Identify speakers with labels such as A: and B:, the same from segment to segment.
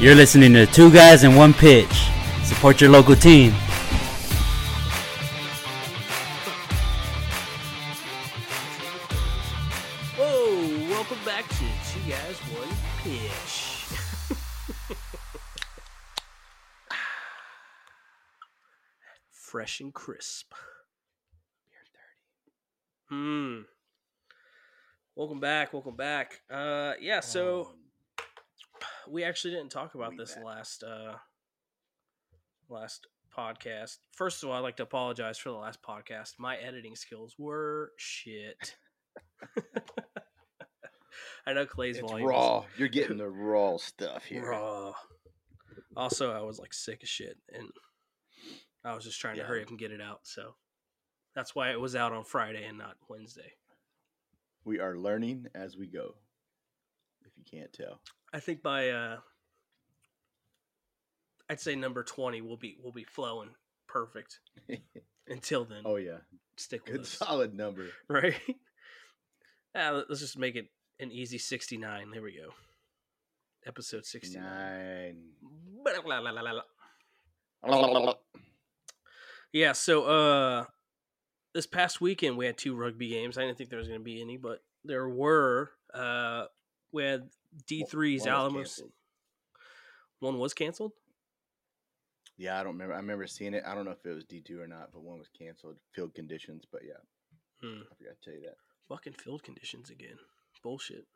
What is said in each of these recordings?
A: You're listening to Two Guys in One Pitch. Support your local team.
B: Whoa, welcome back to Two Guys One Pitch. Fresh and crisp. Beer 30. Hmm. Welcome back, welcome back. Uh yeah, so we actually didn't talk about
C: we
B: this
C: back.
B: last uh last podcast. First of all, I'd like to apologize for the last podcast. My editing skills were shit. I know Clay's
C: it's
B: volume is
C: raw. You're getting the raw stuff here.
B: Raw. Also, I was like sick as shit, and I was just trying
C: Yeah.
B: to hurry up and get it out. So that's why it was out on Friday and not Wednesday.
C: We are learning as we go. If you can't tell,
B: I think by uh, I'd say number twenty will be will be flowing perfect. Until then,
C: oh yeah,
B: stick with
C: good
B: us,
C: solid number.
B: right? Ah, let- let's just make it an easy sixty-nine. There we go. Episode sixty-nine.
C: Nine.
B: Blah, blah, blah, blah, blah.
C: That's
B: Yeah, so uh this past weekend we had two rugby games. I didn't think there was going to be any, but there were uh we had D3's
C: One was
B: Alamos.
C: canceled.
B: One was canceled?
C: Yeah, I don't remember. I remember seeing it. I don't know if it was D two or not, but one was canceled. Field conditions, but yeah,
B: Hmm.
C: I forgot to tell you that.
B: Fucking field conditions again. Bullshit.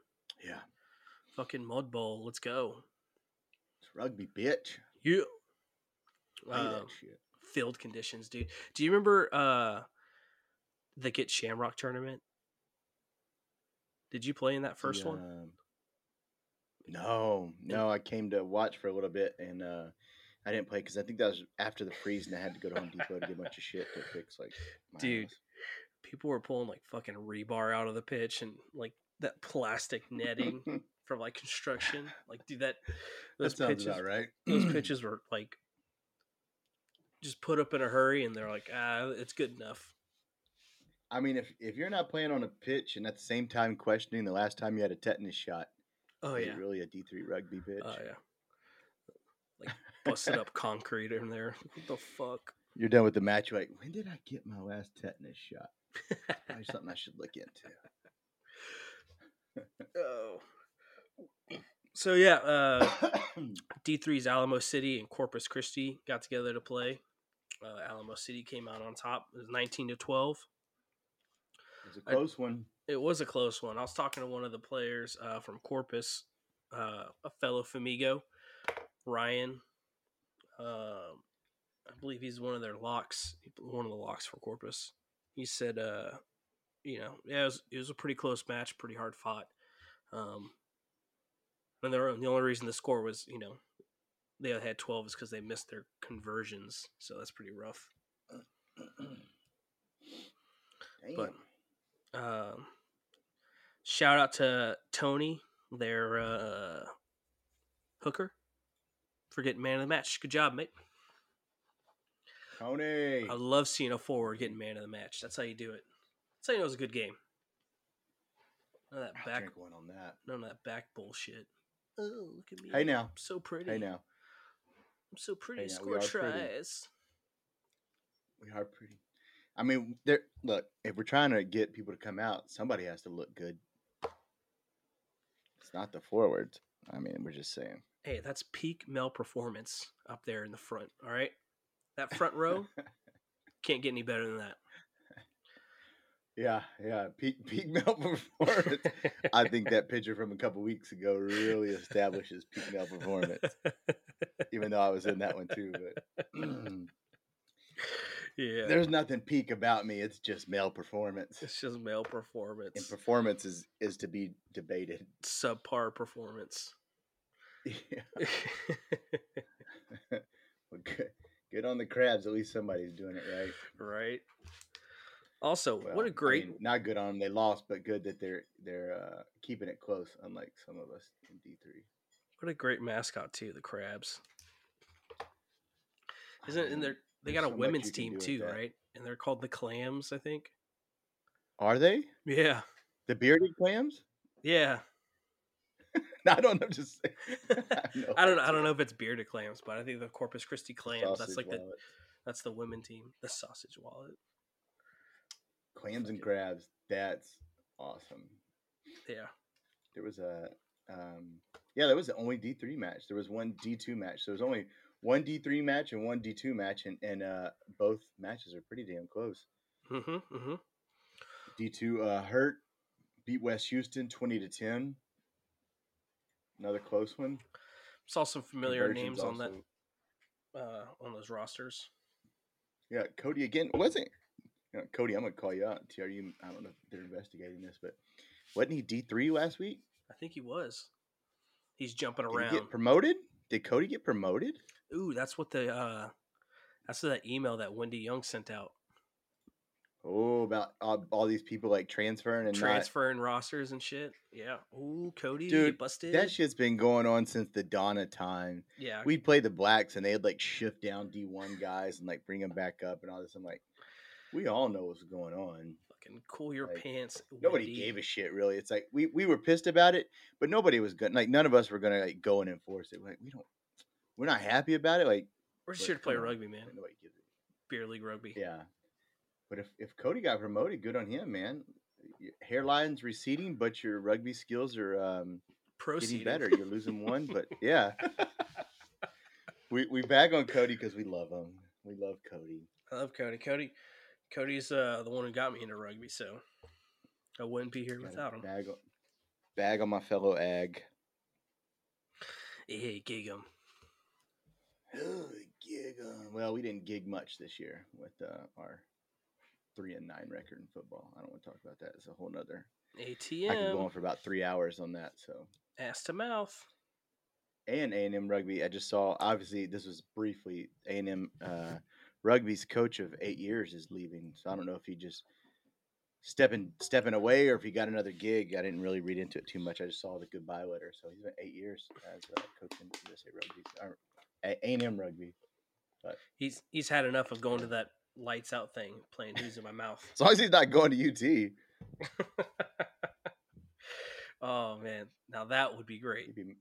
C: Yeah,
B: Fucking mud bowl. Let's go.
C: it's rugby, bitch.
B: You
C: Play that
B: Um,
C: shit.
B: field conditions, dude. Do you remember uh the Get Shamrock tournament? Did you play in that first
C: The,
B: one?
C: um, No, no, I came to watch for a little bit and uh I didn't play because I think that was after the freeze and I had to go to Home Depot to get a bunch of shit to fix like my
B: Dude.
C: house.
B: people were pulling like fucking rebar out of the pitch and like that plastic netting from like construction. Like, dude, that those
C: that sounds
B: pitches,
C: about right.
B: those pitches were like just put up in a hurry, and they're like, ah, it's good enough.
C: I mean, if if you're not playing on a pitch and at the same time questioning the last time you had a tetanus shot,
B: Oh
C: is
B: yeah,
C: it really a D three rugby pitch?
B: oh yeah, like busted up concrete in there. What the fuck?
C: You're done with the match. You're like, when did I get my last tetanus shot? Probably something I should look into.
B: oh. So yeah, uh, D3's Alamo City and Corpus Christi got together to play. Uh, Alamo City came out on top. It was 19 to 12.
C: it's a
B: I-
C: close one.
B: It was a close one. I was talking to one of the players uh, from Corpus, uh, a fellow Famigo, Ryan. Um, I believe he's one of their locks, one of the locks for Corpus. He said, uh, you know, yeah, it was, it was a pretty close match, pretty hard fought. Um, and the, the only reason the score was, you know, they had 12 is because they missed their conversions. So that's pretty rough.
C: Damn.
B: but um, shout out to Tony, their uh, hooker, for getting man of the match. Good job, mate.
C: Tony.
B: I love seeing a forward getting man of the match. That's how you do it. That's how you know it's a good game. None of that
C: I'll
B: back,
C: drink one on that.
B: none of that back bullshit. Oh, look at me!
C: Hey now.
B: I'm so pretty.
C: Hey now.
B: I'm so pretty.
C: Hey now, we
B: Score
C: are pretty.
B: tries.
C: We are pretty. I mean, there. Look, if we're trying to get people to come out, somebody has to look good. It's not the forwards. I mean, we're just saying.
B: Hey, that's peak male performance up there in the front. All right, that front row can't get any better than that.
C: yeah, yeah. Peak peak male performance. I think that picture from a couple weeks ago really establishes peak male performance. Even though I was in that one too, but
B: yeah.
C: there's nothing peak about me. It's just male performance.
B: It's just male performance,
C: And performance is is to be debated.
B: subpar performance.
C: Yeah. well, good, good on the crabs. At least somebody's doing it right.
B: right. Also,
C: Well,
B: what
C: I
B: a great
C: mean, not good on them. They lost, but good that they're they're uh, keeping it close. Unlike some of us in D three.
B: what a great mascot too. The crabs, isn't it? And they're they got a women's team too, right? And they're called the Clams, I think.
C: Are they
B: Yeah,
C: the bearded clams?
B: yeah.
C: No, I don't know. Just saying. know
B: I don't know.
C: that's
B: I don't
C: right.
B: know if it's bearded clams, but I think the Corpus Christi clams. that's
C: Sausage
B: like the
C: wallet.
B: that's the women team. The sausage wallet.
C: clams and
B: fucking-
C: crabs. That's awesome.
B: Yeah.
C: There was a um, yeah, that was the only D three match. There was one D two match. There was only one D three match and one D two match, and and uh, both matches are pretty damn close.
B: Mm-hmm. Mm-hmm.
C: D two uh, hurt beat West Houston twenty to ten. Another close one.
B: Saw some familiar
C: Conversions
B: names on that
C: also.
B: uh, on those rosters.
C: Yeah, Cody again wasn't. You know, Cody, I'm gonna call you out. TRU, I don't know if they're investigating this, but wasn't he D three last week?
B: I think he was. He's jumping
C: Did he
B: around.
C: get promoted? Did Cody get promoted?
B: Ooh, that's what the uh, that's that email that Wendy Young sent out,
C: Oh, about all, all these people like transferring and not-
B: transferring rosters and shit. Yeah. Ooh, Cody, you
C: Dude,
B: busted.
C: That shit's been going on since the dawn of time.
B: yeah.
C: We played the blacks and they had like shift down D one guys and like bring them back up and all this. I'm like, we all know what's going on.
B: fucking cool your
C: like,
B: pants.
C: Nobody
B: Wendy.
C: gave a shit really. It's like we, we were pissed about it, but nobody was gonna like none of us were gonna like go and enforce it. We're like, we don't we're not happy about it. Like
B: We're just
C: but
B: here to play
C: come on,
B: rugby, man.
C: nobody gives it.
B: Beer league rugby.
C: Yeah. But if, if Cody got promoted, good on him, man. Your hairline's receding, but your rugby skills are um,
B: Proceeding.
C: getting better. You're losing one, but yeah. we we bag on Cody because we love him. We love Cody.
B: I love Cody. Cody, Cody's uh, the one who got me into rugby, so I wouldn't be here
C: Gotta
B: without him.
C: Bag on, bag on my fellow ag.
B: Hey, gig him.
C: gig on. Well, we didn't gig much this year with uh, our three and nine record in football. I don't want to talk about that. It's a whole nother. I could go on
B: ATM.
C: for about three hours on that. So
B: Ass to mouth.
C: and A and M rugby. I just saw. Obviously, this was briefly A and M uh, rugby's coach of eight years is leaving. So I don't know if he just stepping stepping away or if he got another gig. I didn't really read into it too much. I just saw the goodbye letter. So he's been eight years as uh, coaching USA rugby. or A and M rugby.
B: He's he's had enough of going to that lights out thing, playing who's in my mouth.
C: As long as he's not going to UT,
B: oh man, now that would be great.
C: he'd be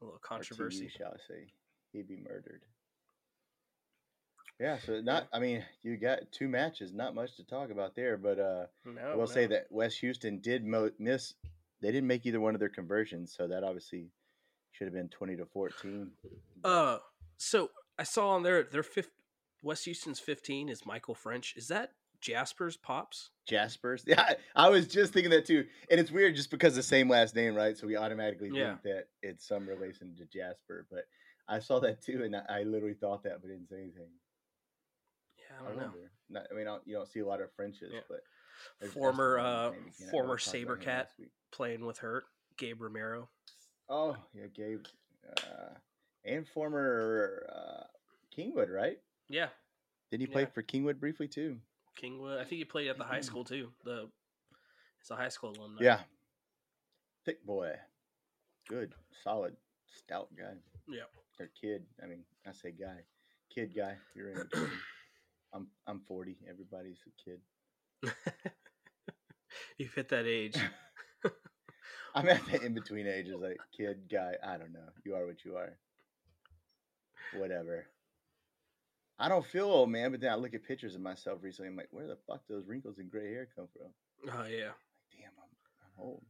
B: A little
C: or TU,
B: controversy.
C: shall I say? He'd be murdered. Yeah, so not. I mean, you got two matches. Not much to talk about there, but uh,
B: No,
C: I will say
B: no.
C: that West Houston did mo- miss. They didn't make either one of their conversions, so that obviously should have been twenty to fourteen.
B: Uh, so I saw on their their fifth West Houston's fifteen is Michael French. Is that Jasper's pops?
C: Jaspers, yeah, I was just thinking that too, and it's weird just because the same last name, right? So we automatically
B: Yeah.
C: think that it's some relation to Jasper. But I saw that too, and I, I literally thought that, but didn't say anything.
B: Yeah, I don't know.
C: wonder. Not- I mean, I don't, you don't see a lot of Frenches,
B: Yeah.
C: but there's
B: Former
C: Jasper on
B: uh
C: his name again. I know
B: former
C: we talked about him
B: Sabercat
C: last week.
B: playing with her, Gabe Romero.
C: Oh yeah, Gabe, uh, and former uh, Kingwood, right?
B: Yeah,
C: Didn't he play
B: Yeah.
C: for Kingwood briefly too?
B: Kingwood. I think he played at the high school too. The it's a high school alumni.
C: Mm-hmm. Yeah. Thick boy. Good, solid, stout guy.
B: Yeah.
C: Or kid. I mean, I say guy. Kid guy. You're in. it, kid. I'm I'm 40. Everybody's a kid.
B: You've hit that age.
C: I'm at the in between ages, like kid, guy. I don't know. You are what you are. Whatever. I don't feel old, man. But then I look at pictures of myself recently. I'm like, where the fuck those wrinkles and gray hair come from?
B: Oh yeah.
C: Like, damn, I'm, I'm old.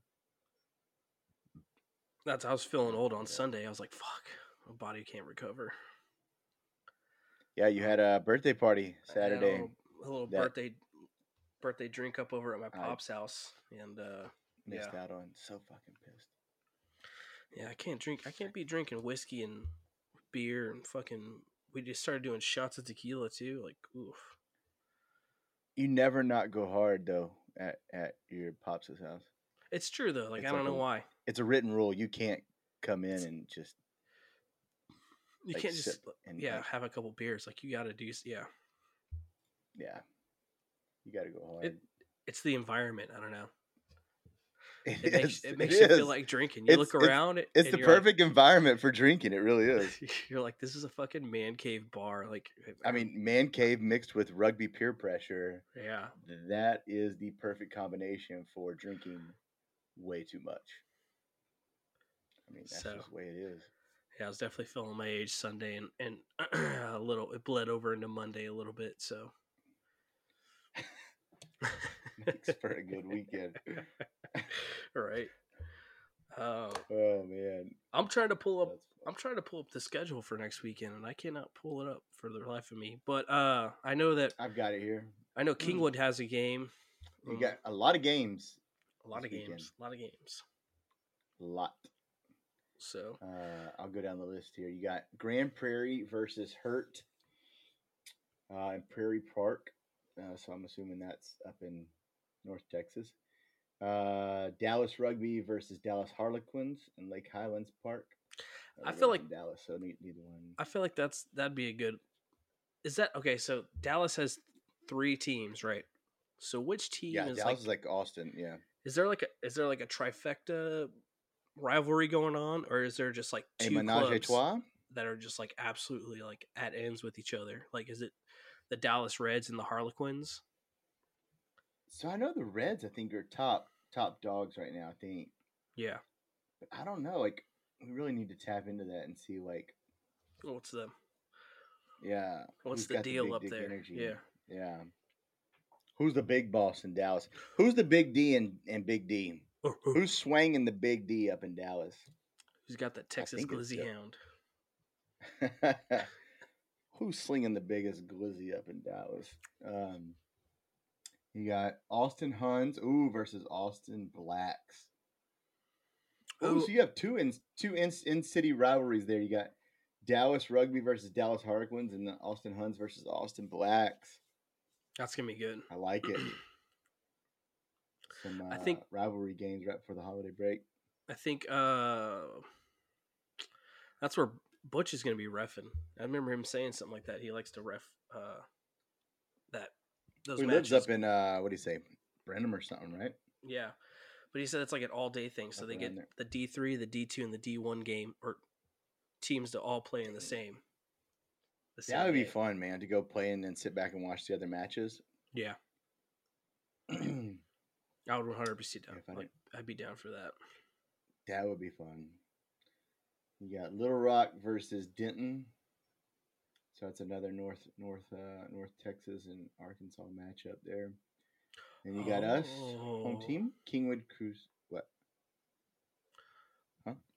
B: That's I was feeling old on Sunday. I was like, fuck, my body can't recover.
C: Yeah, you had a birthday party
B: I had a
C: Saturday.
B: little- a little
C: that-
B: birthday birthday drink up over at my
C: I-
B: pop's house and uh
C: Missed
B: yeah.
C: out on. So fucking pissed.
B: Yeah, I can't drink. I can't be drinking whiskey and beer and fucking. We just started doing shots of tequila too. Like, oof.
C: You never not go hard though at at your pops' house.
B: It's true though. Like,
C: It's
B: I don't
C: like
B: know
C: a-
B: why.
C: It's a written rule. You can't come in and just
B: You
C: like,
B: can't just,
C: sip and
B: yeah,
C: like,
B: have a couple beers. Like, you got to do, s- yeah.
C: yeah. You got to go hard.
B: It- It's the environment. I don't know. It,
C: It
B: makes,
C: is,
B: it makes you
C: is.
B: feel like drinking. You
C: It's-
B: look
C: it's-
B: around. It's,
C: it's the perfect environment for drinking. It really is.
B: you're like, this is a fucking man cave bar. Like,
C: I mean, man cave mixed with rugby peer pressure.
B: yeah.
C: That is the perfect combination for drinking way too much. I mean, that's
B: So.
C: just the way it is.
B: Yeah, I was definitely feeling my age Sunday and, and a little it bled over into Monday a little bit, so
C: Makes for a good weekend.
B: all right. Uh,
C: Oh man,
B: I'm trying to pull up
C: That's
B: I'm trying to pull up the schedule for next weekend and I cannot pull it up for the life of me. But uh I know that
C: I've got it here.
B: I know Kingwood has a game.
C: Mm. You
B: Mm,
C: got a lot of games.
B: a lot of
C: this
B: games.
C: weekend.
B: A lot of games.
C: A lot.
B: So
C: Uh, I'll go down the list here. You got Grand Prairie versus Hurt uh, in Prairie Park. Uh, so I'm assuming that's up in North Texas. Uh, Dallas Rugby versus Dallas Harlequins in Lake Highlands Park. Uh,
B: I
C: they're
B: feel
C: both in
B: like-
C: Dallas, so ne- neither one.
B: I feel like that's that'd be a good is that okay, so Dallas has three teams, right? So which team
C: yeah,
B: is
C: Dallas
B: like
C: is like Austin. Yeah,
B: Is there like a is there like a trifecta rivalry going on, or is there just like
C: a
B: two
C: menage a
B: clubs
C: trois.
B: that are just like absolutely like at ends with each other? Like, is it the Dallas Reds and the Harlequins?
C: So I know the Reds. I think are top top dogs right now. I think
B: Yeah,
C: But I don't know. Like, we really need to tap into that and see. Like,
B: what's the
C: yeah,
B: what's
C: who's
B: the
C: got
B: deal
C: big
B: up
C: dick
B: there?
C: energy?
B: Yeah,
C: yeah. Who's the big boss in Dallas? Who's the big D in, in Big D?
B: Or who-
C: Who's swinging the big D up in Dallas?
B: who's got that Texas
C: think it's
B: Glizzy
C: the-
B: Hound?
C: Who's slinging the biggest glizzy up in Dallas? Um, you got Austin Huns, ooh, versus Austin Blacks. Oh,
B: Ooh.
C: so you have two in two in, in city rivalries there. You got Dallas Rugby versus Dallas Harlequins, and then Austin Huns versus Austin Blacks.
B: That's gonna be good.
C: I like it. Some uh,
B: I think-
C: rivalry games right before the holiday break.
B: I think uh that's where Butch is gonna be refing. I remember him saying something like that. He likes to ref uh that those
C: He lives
B: matches.
C: up in uh, what do you say, Brenham or something, right?
B: Yeah. But he said it's like an all day thing. So
C: Up
B: they
C: around
B: get
C: there.
B: the D three, the D two, and the D one game or teams to all play in the same. The
C: That would be
B: day.
C: fun, man, to go play and then sit back and watch the other matches.
B: Yeah.
C: that
B: I would one hundred percent down.
C: Yeah, fun.
B: like, I'd be down for that.
C: would be fun. You got Little Rock versus Denton. So that's another North North uh, North Texas and Arkansas matchup there. And you got us home
B: Oh.
C: team Kingwood Cruise. What?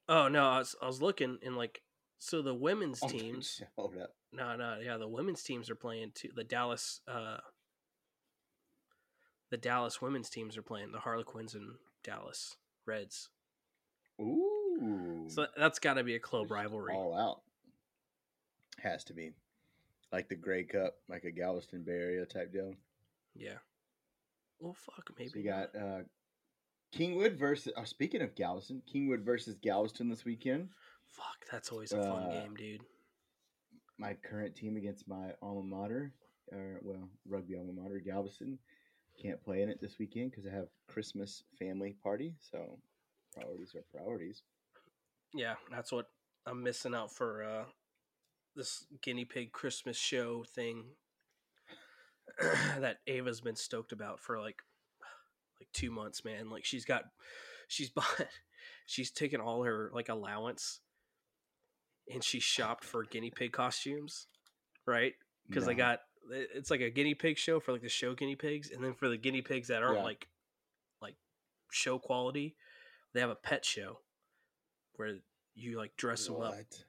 B: Oh no, I was I was looking and like so the women's
C: Oh,
B: teams
C: Hold up.
B: no no yeah, the women's teams are playing too the Dallas uh the Dallas women's teams are playing the Harlequins and Dallas Reds.
C: Ooh.
B: So that's gotta be a club
C: Just
B: rivalry.
C: All out. Has to be. Like the Grey Cup, like a Galveston Bay Area type deal.
B: Yeah. Well fuck, maybe
C: So you
B: not.
C: got uh, Kingwood versus. Oh, speaking of Galveston, Kingwood versus Galveston this weekend.
B: Fuck, that's always a fun
C: Uh,
B: game, dude.
C: My current team against my alma mater, or well, rugby alma mater, Galveston. Can't play in it this weekend because I have Christmas family party. So priorities are priorities.
B: Yeah, that's what I'm missing out for uh this guinea pig Christmas show thing that Ava's been stoked about for like like 2 months, man. Like she's got she's bought she's taken all her like allowance and she shopped for guinea pig costumes, right? Cuz I
C: Nah.
B: got it- it's like a guinea pig show for like the show guinea pigs and then for the guinea pigs that aren't
C: Yeah.
B: like like show quality, they have a pet show where you like dress them up.
C: What?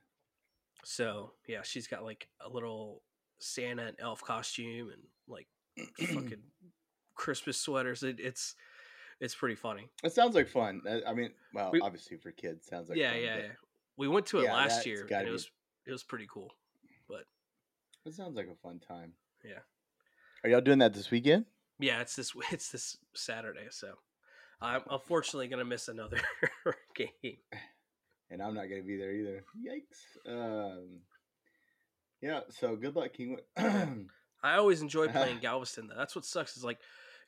B: So yeah, she's got like a little Santa and elf costume and like fucking Christmas sweaters. It, it's it's pretty funny.
C: That sounds like fun. That- I mean, well,
B: We-
C: obviously for kids, sounds like
B: yeah,
C: fun,
B: yeah,
C: but
B: yeah. We went to it
C: Yeah,
B: last
C: that's
B: year.
C: gotta
B: And it
C: be-
B: was it was pretty cool. But
C: That sounds like a fun time.
B: Yeah.
C: Are y'all doing that this weekend?
B: yeah, it's this it's this Saturday, so I'm unfortunately gonna miss another game.
C: And I'm not going to be there either. Yikes. Um, yeah. So good luck, Kingwood.
B: I always enjoy
C: Uh-huh.
B: playing Galveston though. That's what sucks is like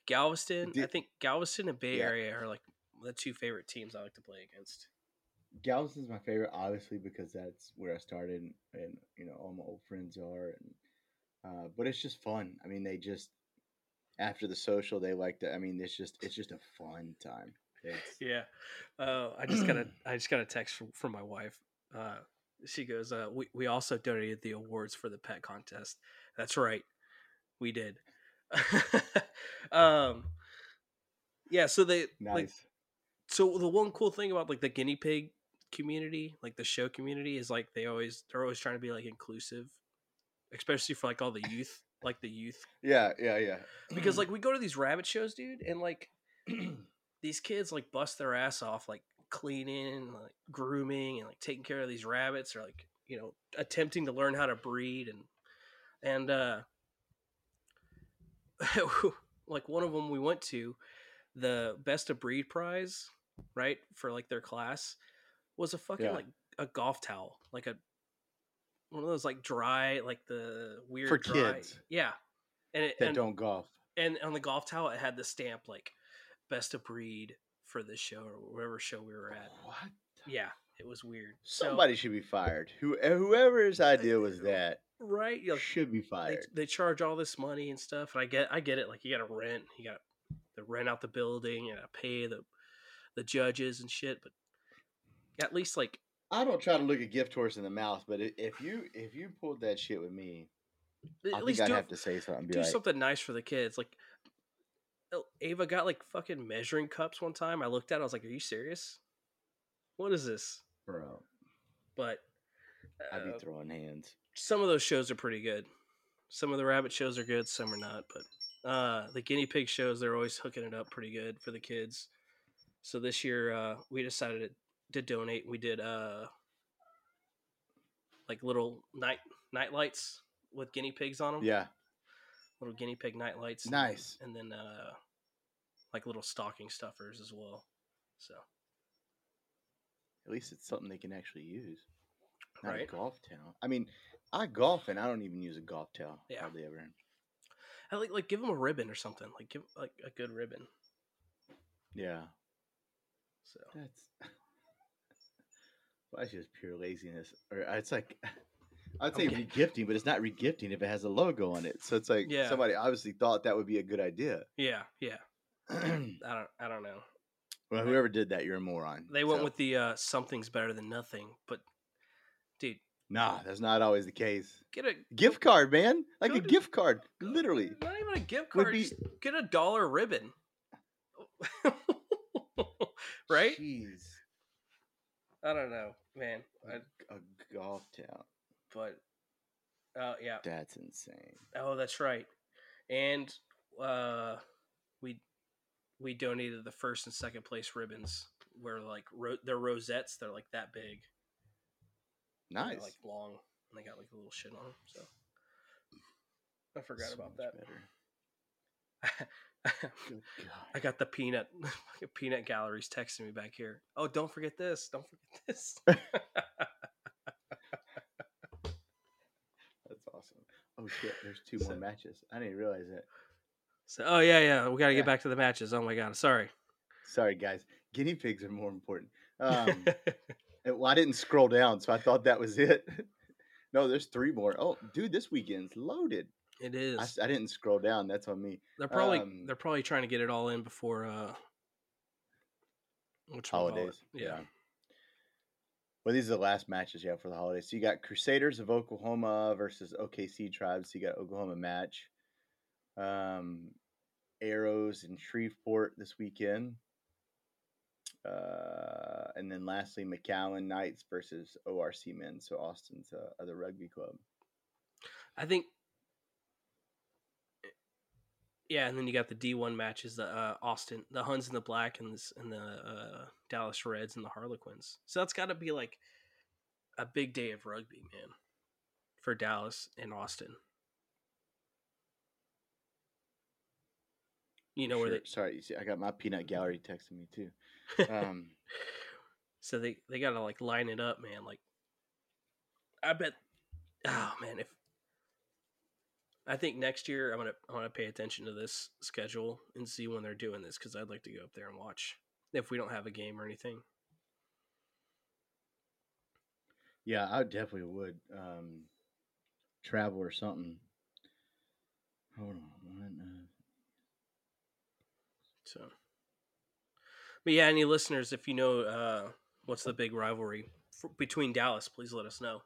B: Galveston. I
C: Did-
B: think Galveston and Bay
C: Yeah.
B: Area are like the two favorite teams I like to play against.
C: Galveston's my favorite, obviously, because that's where I started, and, and you know all my old friends are. And uh, but it's just fun. I mean, they just after the social, they like to. I mean, it's just it's just a fun time. It's,
B: yeah. Uh, I just got a I just got a text from, from my wife. Uh, she goes, uh, we, we also donated the awards for the pet contest. That's right. We did. um yeah, so they like
C: nice.
B: so the one cool thing about like the guinea pig community, like the show community, is like they always they're always trying to be like inclusive, especially for like all the youth, like the youth
C: yeah, yeah, yeah. Mm.
B: because like we go to these rabbit shows, dude, and like these kids like bust their ass off like cleaning, like grooming, and like taking care of these rabbits, or like you know attempting to learn how to breed and and uh like one of them we went to the best of breed prize right for like their class was a fucking
C: Yeah.
B: like a golf towel like a one of those like dry like the weird
C: For
B: dry-
C: kids.
B: yeah and it,
C: that
B: and,
C: don't golf.
B: and on the golf towel it had the stamp like best of breed for this show or whatever show we were at
C: What?
B: yeah it was weird So-
C: Somebody should be fired. Who whoever's idea was that
B: right You're like,
C: should be
B: they,
C: fired.
B: they charge all this money and stuff and i get i get it like you gotta rent you gotta they rent out the building you gotta pay the the judges and shit but at least like
C: I don't try to look a gift horse in the mouth, but i- if you if you pulled that shit with me,
B: at
C: I think
B: least
C: I'd
B: do, it-
C: have to say something. Be
B: do
C: like,
B: something nice for the kids like El- ava got like fucking measuring cups one time i looked at it, i was like are you serious what is this
C: bro,
B: but
C: I'd
B: uh,
C: be throwing hands.
B: some of those shows are pretty good. Some of the rabbit shows are good, some are not. But uh, the guinea pig shows, they're always hooking it up pretty good for the kids. So this year, uh, we decided to donate. We did uh, like little night night lights with guinea pigs on them.
C: Yeah,
B: little guinea pig night lights.
C: nice.
B: and then uh, like little stocking stuffers as well. So
C: At least it's something they can actually use. Not
B: Right.
C: a golf towel. I mean, I golf and I don't even use a golf towel
B: Yeah.
C: hardly ever.
B: I like like give them a ribbon or something. Like give like a good ribbon.
C: Yeah,
B: So
C: that's well, that's just pure laziness. Or uh, it's like I'd say
B: Okay.
C: regifting, but it's not regifting if it has a logo on it. So it's like
B: Yeah.
C: somebody obviously thought that would be a good idea.
B: yeah, yeah.
C: well,
B: I don't I don't know.
C: whoever did that, you're a moron.
B: They went
C: So,
B: with the uh, something's better than nothing, but dude,
C: nah. That's not always the case.
B: get a
C: Gift card, man. Like
B: Go
C: a
B: to-
C: gift card, literally.
B: not even a gift
C: Would
B: card.
C: be-
B: just get a dollar ribbon, right?
C: Jeez,
B: I don't know, man. I,
C: a golf towel.
B: but uh, yeah.
C: That's insane.
B: Oh, that's right. And uh, we we donated the first and second place ribbons. Where like ro- they're rosettes, they're like that big, and they're,
C: Nice.
B: like long, and they got like a little shit on them. So I forgot
C: So
B: about
C: much
B: that.
C: better. Good
B: I
C: God.
B: got the peanut fucking peanut galleries texting me back here. Oh, don't forget this. Don't forget this.
C: That's awesome. Oh shit, there's two more
B: So-
C: matches. I didn't realize that.
B: So, oh yeah, yeah. We got to
C: Yeah.
B: get back to the matches. Oh my god. Sorry.
C: Sorry, guys. Guinea pigs are more important. Um, and- well, I didn't scroll down, so I thought that was it. no, there's three more. Oh, dude, this weekend's loaded.
B: it
C: I,
B: is.
C: s- I didn't scroll down. That's on me.
B: They're probably
C: um,
B: they're probably trying to get it all in before uh which
C: Holidays.
B: Yeah.
C: Well, these are the last matches, yeah, for the holidays. So you got Crusaders of Oklahoma versus OKC Tribes. So you got Oklahoma match. Um, Arrows in Shreveport this weekend. Uh, and then lastly, McAllen Knights versus ORC Men. So Austin's uh, other rugby club.
B: I think Yeah, and then you got the D1 matches, the uh, Austin, the Huns and the Black and this, and the uh, Dallas Reds and the Harlequins. So that's got to be like a big day of rugby, man, for Dallas and Austin. You know where
C: Sure.
B: they
C: Sorry, you see, I got my peanut gallery texting me too. Um,
B: So they they gotta like line it up, man. Like, I bet. Oh man, if I think next year I'm gonna I'm gonna pay attention to this schedule and see when they're doing this because I'd like to go up there and watch if we don't have a game or anything.
C: yeah, I definitely would um, travel or something. Hold on, one, uh,
B: So, But yeah, any listeners, if you know uh, what's the big rivalry f- between Dallas, please let us know,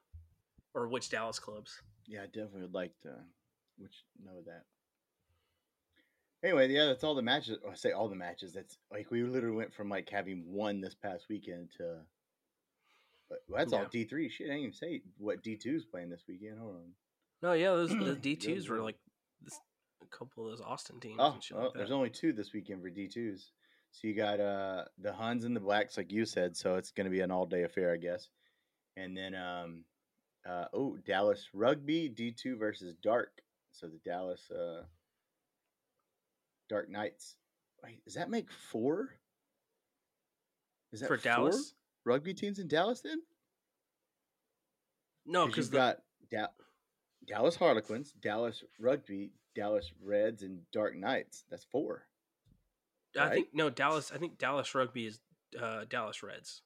B: or which Dallas clubs.
C: Yeah, I definitely would like to which know that. Anyway, yeah, that's all the matches. Or I say all the matches. That's like we literally went from like having one this past weekend to. But well, that's all
B: Yeah.
C: D three. Shit, I didn't even say what D two is playing this weekend. Hold on.
B: No, yeah, those the
C: Good
B: D twos were
C: lord.
B: like this, a couple of those Austin teams
C: Oh,
B: and shit
C: well,
B: like that.
C: there's only two this weekend for D twos. So you got uh the Huns and the Blacks, like you said. So it's gonna be an all day affair, I guess. And then um, uh, oh Dallas Rugby D two versus Dark. So the Dallas uh, Dark Knights. Wait, does that make four? Is that
B: For
C: four
B: Dallas?
C: rugby teams in Dallas then?
B: No, because
C: because you've
B: Oh, the,
C: got da- Dallas Harlequins, Dallas Rugby, Dallas Reds, and Dark Knights. That's four.
B: I think no Dallas. I think Dallas rugby is uh, Dallas Reds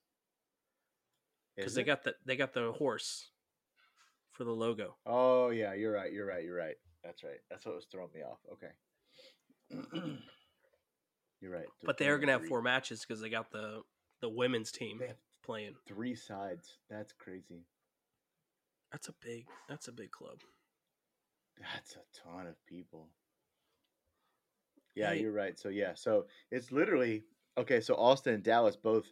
B: because
C: Is
B: they
C: it?
B: got the they got the horse for the logo.
C: Oh yeah, you're right. You're right. You're right. That's right. That's what was throwing me off. Okay. you're right.
B: But they are
C: playing
B: gonna have
C: three-
B: four matches because they got the the women's team
C: They have
B: playing.
C: three sides. That's crazy.
B: That's a big that's a big club.
C: That's a ton of people. Yeah,
B: Hey.
C: you're right. So yeah, so it's literally okay. So Austin and Dallas both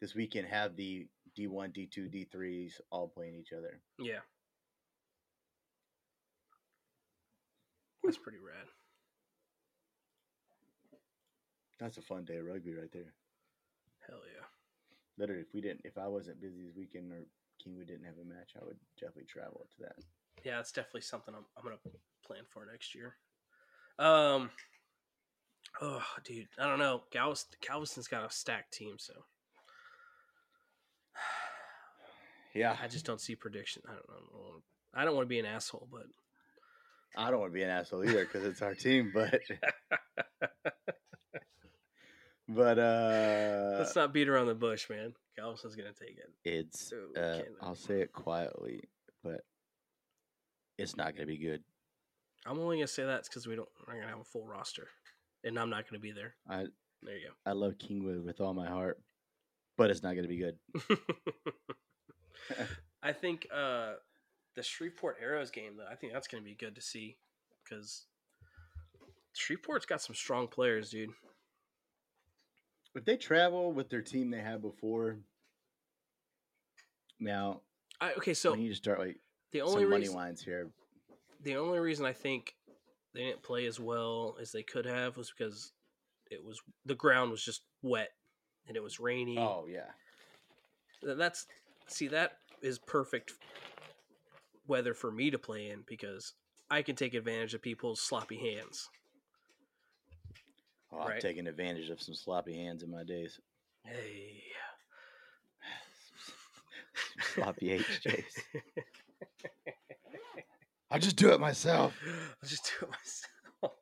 C: this weekend have the D1, D2, D3s all playing each other.
B: Yeah. That's pretty rad.
C: That's a fun day of rugby right there.
B: Hell yeah.
C: Literally, if we didn't, if I wasn't busy this weekend or Kingwood didn't have a match, I would definitely travel to that.
B: Yeah, that's definitely something I'm, I'm gonna plan for next year. Um Oh dude, I don't know. Galveston, Galveston's got a stacked team, so
C: Yeah,
B: I just don't see prediction. I don't know. I don't wanna- I don't want to be an asshole, but
C: I don't want to be an asshole either because it's our team, but but uh,
B: let's not beat around the bush, man. Galveston's gonna take it.
C: it's
B: so we
C: uh,
B: can't-
C: I'll say it quietly, but it's not gonna be good.
B: I'm only gonna say that's because we don't. We're not gonna have a full roster, and I'm not gonna be there.
C: I
B: There you
C: I love Kingwood with all my heart, but it's not gonna be good.
B: go. I think uh, the Shreveport Arrows game, though, I think that's gonna be good to see because Shreveport's got some strong players, dude.
C: If they travel with their team they had before, now
B: I, okay,
C: so
B: so
C: we need to start like
B: the only
C: some money
B: reason
C: lines here.
B: the only reason I think they didn't play as well as they could have was because it was the ground was just wet and it was rainy.
C: Oh yeah,
B: Th- that's see that is perfect weather for me to play in because I can take advantage of people's sloppy hands.
C: oh, I've
B: Right.
C: taken advantage of some sloppy hands in my days.
B: Hey,
C: sloppy HJs. I just do it myself.
B: I'll just do it myself.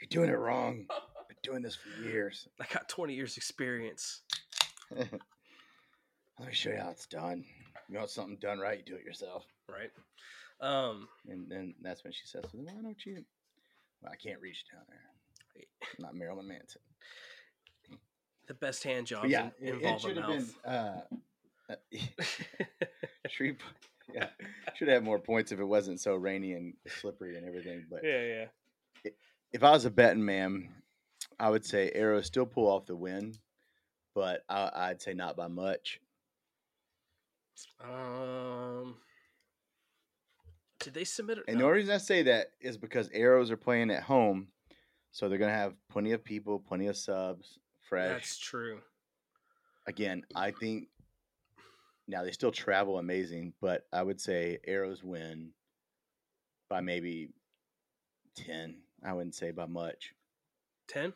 C: You're doing it wrong. I've been doing this for years.
B: I got 20 years experience.
C: Let me show you how it's done. You want something done right, you do it yourself.
B: Right. Um.
C: And then that's when she says, well, "Why don't you?" Well, I can't reach down there. I'm not Marilyn Manson.
B: The best hand
C: But
B: jobs
C: yeah,
B: in-
C: it, it
B: involve a
C: should have been.
B: mouth.
C: Uh, uh, Shreve- yeah, should have had more points if it wasn't so rainy and slippery and everything. But
B: yeah, yeah.
C: if I was a betting man, I would say Arrows still pull off the win, but I, I'd say not by much.
B: Um. Did they submit it?
C: And the
B: no.
C: only reason I say that is because Arrows are playing at home, so they're gonna have plenty of people, plenty of subs, fresh.
B: That's true.
C: Again, I think now they still travel amazing, but I would say Arrows win by maybe ten. I wouldn't say by much.
B: Ten.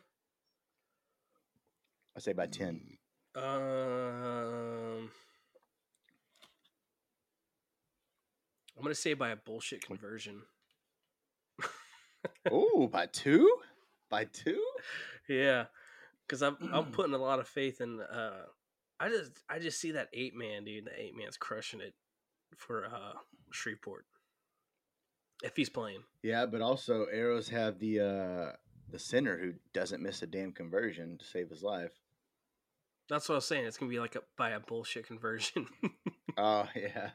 C: I say by ten.
B: Um, I'm gonna say by a bullshit conversion.
C: Ooh, by two? By two?
B: Yeah, because I'm I'm putting a lot of faith in. Uh, I just I just see that eight man dude. The eight man's crushing it for uh Shreveport. If he's playing,
C: Yeah, but also Arrows have the uh the center who doesn't miss a damn conversion to save his life.
B: That's what I was saying. It's gonna be like a, by a bullshit conversion.
C: Oh yeah.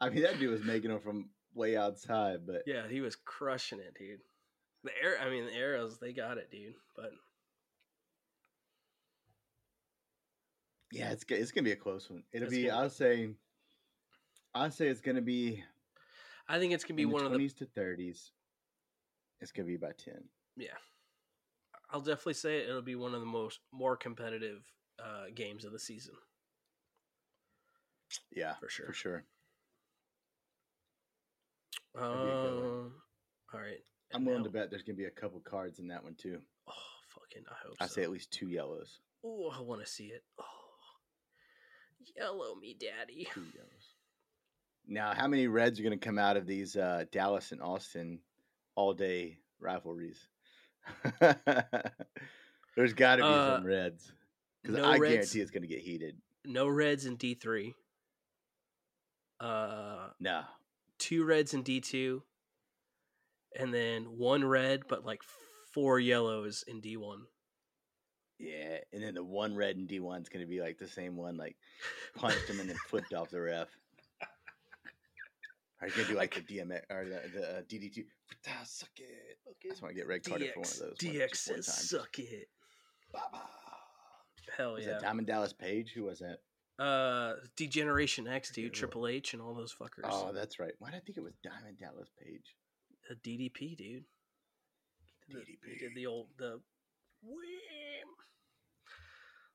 C: I mean that dude was making them from way outside, but
B: yeah, he was crushing it, dude. The air, I mean, the arrows, they got it, dude. But
C: yeah, it's go- it's gonna be a close one. It'll
B: It's
C: be
B: gonna
C: I'll say I'll say it's gonna be
B: I think it's gonna be
C: in
B: one
C: the
B: of the.
C: twenties to thirties. It's gonna be by ten.
B: Yeah, I'll definitely say it. It'll be one of the most more competitive uh, games of the season
C: Yeah,
B: for sure.
C: for sure. that'd be a good one.
B: Um, all right.
C: I'm
B: and
C: willing to
B: now-
C: bet there's gonna be a couple cards in that one too.
B: Oh, fucking! I hope.
C: I
B: so.
C: say at least two yellows.
B: Oh, I want to see it. Oh, yellow me, daddy.
C: Two yellows. Now, how many reds are gonna come out of these uh, Dallas and Austin all day rivalries? there's got to be
B: Uh,
C: some reds because
B: no
C: I
B: reds.
C: guarantee it's gonna get heated.
B: No reds in D three. Uh,
C: No,
B: two reds in D two, and then one red, but like four yellows in D one.
C: yeah, and then the one red in D one's gonna be like the same one, like punched him and then flipped off the ref. Are you gonna do like the DMX or the, the uh, DDT? Ah, Suck it. I just want to get red carded for one of
B: DX,
C: those. one-
B: DX
C: just one
B: says
C: time, just
B: suck it.
C: ba-ba.
B: Hell
C: Was that
B: yeah.
C: Diamond Dallas Page? Who was that?
B: Uh, Degeneration X, dude,
C: Forget who-
B: Triple H, and all those fuckers.
C: Oh, that's right. Why did I think it was Diamond Dallas Page?
B: a DDP, dude. He did the- He
C: DDP.
B: did the old the wham,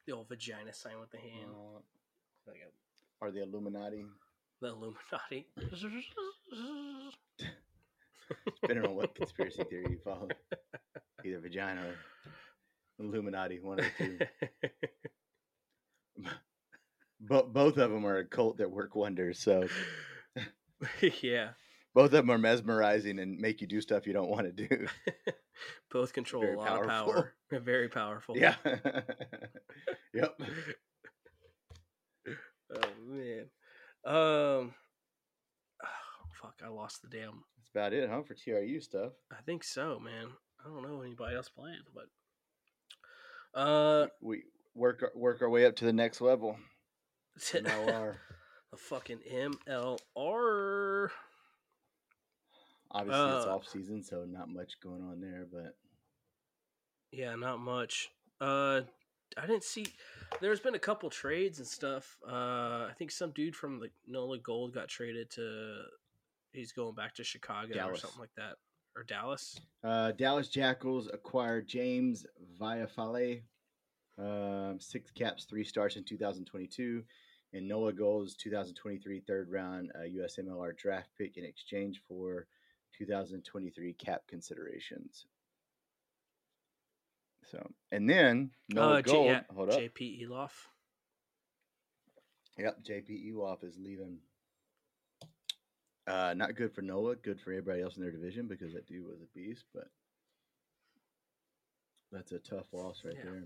B: the old vagina sign with the hand,
C: Uh,
B: like a,
C: or the Illuminati?
B: the Illuminati.
C: Depending on what conspiracy theory you follow, either vagina or Illuminati, one of the two. But both of them are a cult that work wonders. So
B: yeah,
C: both of them are mesmerizing and make you do stuff you don't want to do.
B: both control
C: Very
B: a lot
C: powerful.
B: of power. They're very powerful.
C: Yeah. yep.
B: Oh man. Um. fuck! I lost the damn.
C: That's about it, huh? For TRU stuff.
B: I think so, man. I don't know anybody else playing, but uh,
C: We work our- work our way up to the next level.
B: t-
C: MLR.
B: the fucking MLR.
C: Obviously, it's
B: Uh,
C: off season, so not much going on there. But
B: Yeah, not much. Uh, I didn't see. There's been a couple trades and stuff. Uh, I think some dude from the Nola Gold got traded to. He's going back to Chicago or
C: Dallas.
B: something like that, or Dallas.
C: Uh, Dallas Jackals acquired James Viafale, um, six caps, three starts in 2022, and Noah Gold's 2023 third round uh, USMLR draft pick in exchange for 2023 cap considerations. So, and then Noah
B: uh, J-
C: Gold,
B: yeah,
C: hold up,
B: JP Eloff.
C: yep, JP Ewoff is leaving. Uh, not good for Noah, good for everybody else in their division because that dude was a beast, but that's a tough loss right
B: Yeah.
C: there.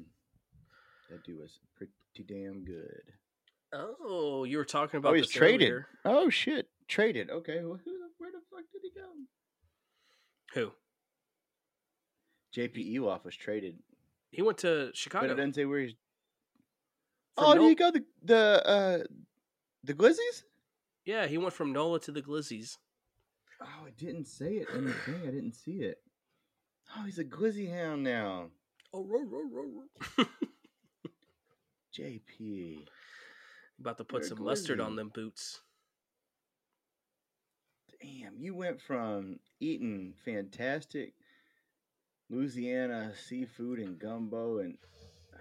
C: That dude was pretty damn good.
B: Oh, you were talking about
C: he's
B: this
C: traded.
B: earlier.
C: Oh shit, traded. Okay, well, who, the- where the fuck did he go?
B: Who?
C: JP Ewoff was traded,
B: He went to
C: but
B: Chicago.
C: it doesn't say where he's.
B: From
C: oh, did
B: Nol-
C: he go the the uh, the Glizzies?
B: Yeah, he went from NOLA to the Glizzies.
C: Oh, it didn't say it in the thing. I didn't see it. Oh, he's a Glizzy hound now.
B: Oh, row, row, row, row.
C: JP.
B: about to put
C: You're a
B: some mustard on
C: Glizzy.
B: them boots.
C: Damn, you went from eating fantastic Louisiana seafood and gumbo and uh,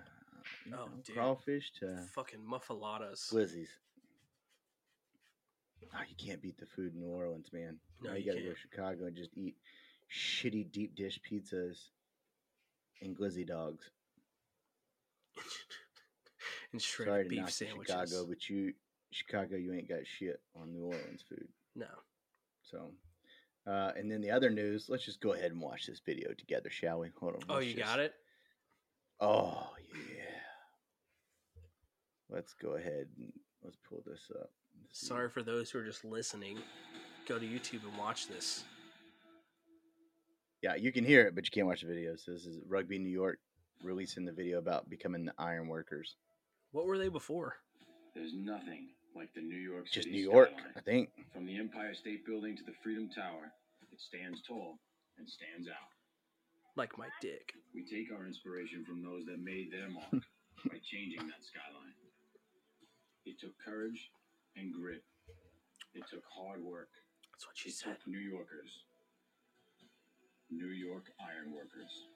C: you
B: Oh,
C: know,
B: dude.
C: crawfish to
B: Fucking muffaladas.
C: glizzies. Oh, you can't beat the food in New Orleans, man.
B: No,
C: now you,
B: you
C: gotta go
B: can't.
C: to Chicago and just eat shitty deep dish pizzas and glizzy dogs.
B: and shredded
C: Sorry to
B: beef
C: knock you,
B: sandwiches.
C: Chicago, but you Chicago, you ain't got shit on New Orleans food.
B: No.
C: So, uh, and then the other news. Let's just go ahead and watch this video together, shall we? Hold on.
B: Oh,
C: let's
B: you
C: just-
B: got it?
C: Oh yeah. Let's go ahead and let's pull this up. and see.
B: Sorry for those who are just listening. Go to YouTube and watch this.
C: Yeah, you can hear it, but you can't watch the video. So this is Rugby New York releasing the video about becoming the iron workers.
B: What were they before?
D: There's nothing like the New York
C: Just
D: City
C: New York,
D: skyline.
C: I think.
D: From the Empire State Building to the Freedom Tower, it stands tall and stands out.
B: Like my dick.
D: We take our inspiration from those that made their mark by changing that skyline. It took courage and grit. It took hard work.
B: That's what she
D: It
B: said.
D: took New Yorkers. New York ironworkers.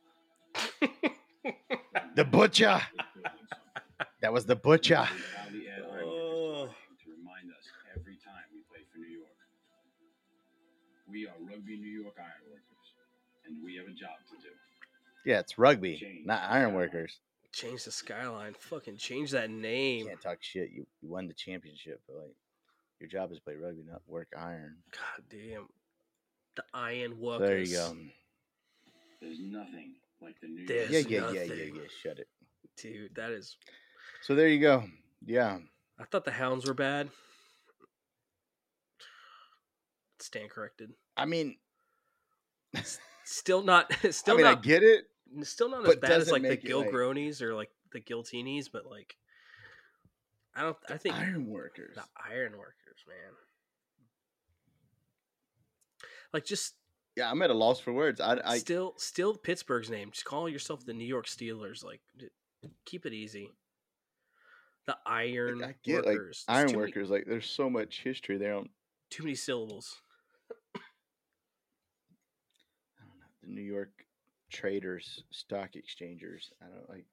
C: The butcher.
D: We're building something.
C: That was the butcher.
D: We proudly add ironworkers to our name to remind us every time we play for New York. We are Rugby New York Ironworkers, and we have a job to do.
C: Yeah, it's rugby, not iron workers.
B: Change the skyline. Fucking change that
C: You
B: name.
C: can't talk shit. You, you won the championship, but like your job is play rugby, not work iron.
B: God damn. The Iron Wuckers.
C: there you go.
D: There's nothing like the New
B: There's
C: Yeah,
D: York.
C: yeah, yeah, yeah,
B: nothing.
C: yeah. Shut it.
B: Dude, that is.
C: So there you go. Yeah.
B: I thought the hounds were bad. Stand corrected.
C: I mean,
B: Still not. Still
C: I mean,
B: not.
C: I get it.
B: still not as
C: but
B: bad as
C: doesn't
B: like the
C: make it, like-
B: Gilgronies or like the Guiltinis, but like I don't. I think
C: Iron workers.
B: the Iron Workers, man. Like just
C: Yeah, I'm at a loss for words. I, I
B: still, still Pittsburgh's name. Just call yourself the New York Steelers. Like, d- keep it easy. The Iron
C: I get, like,
B: Workers. There's
C: iron
B: too many-
C: workers. Like, there's so much history there. On,
B: too many syllables.
C: I don't know, the New York traders, stock exchangers. I don't like.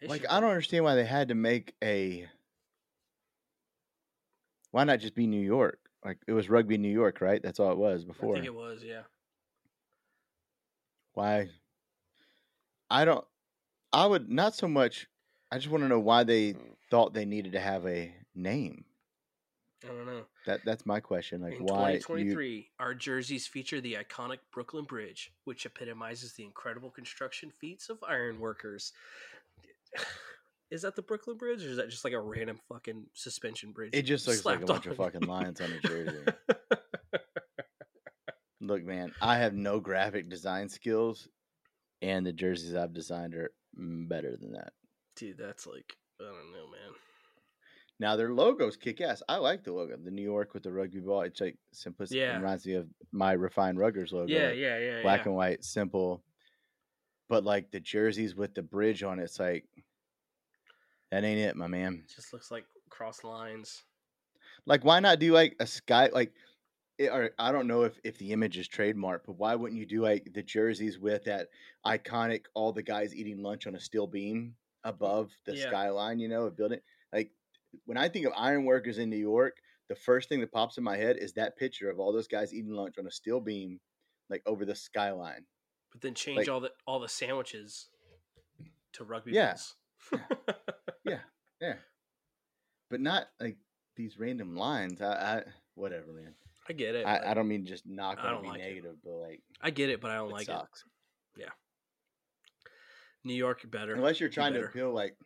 B: They
C: Like,
B: should
C: I
B: be-
C: don't understand why they had to make a. Why not just be New York? Like it was rugby New York, right? That's all it was
B: I
C: before.
B: think it was. Yeah.
C: why? I don't. I would not so much. I just want to know why they
B: Mm.
C: thought they needed to have a name.
B: I don't know.
C: That that's my question. Like
B: in
C: why? you-
B: 2023, our jerseys feature the iconic Brooklyn Bridge, which epitomizes the incredible construction feats of iron workers. Is that the Brooklyn Bridge, or is that just like a random fucking suspension bridge?
C: It just looks like a
B: slapped
C: bunch of
B: on?
C: fucking lions on a jersey. Look, man, I have no graphic design skills, and the jerseys I've designed are mm, better than that.
B: Dude, that's like I don't know, man.
C: Now their logos kick ass. I like the logo, the New York with the rugby ball. It's like simplistic.
B: Yeah.
C: reminds me of my refined ruggers logo.
B: yeah,
C: like,
B: yeah, yeah,
C: black
B: yeah.
C: and white, simple. But like the jerseys with the bridge on, it, it's like that ain't it, my man.
B: just looks like cross lines.
C: Like, why not do like a sky like? It, or I don't know if if the image is trademarked, but why wouldn't you do like the jerseys with that iconic all the guys eating lunch on a steel beam above the
B: Yeah.
C: skyline? You know, a building. Like when I think of ironworkers in New York, the first thing that pops in my head is that picture of all those guys eating lunch on a steel beam, like over the skyline.
B: But then change
C: Like-
B: all the all the sandwiches to rugby
C: Yeah.
B: balls.
C: Yeah. But not like these random lines. I, I whatever, man.
B: I get it.
C: I, I don't mean just knock
B: I
C: on
B: don't
C: be
B: like it.
C: negative, but like
B: I get it, but I don't
C: it
B: like it.
C: sucks.
B: New York, you're better.
C: Unless you're
B: You
C: trying to
B: better.
C: appeal like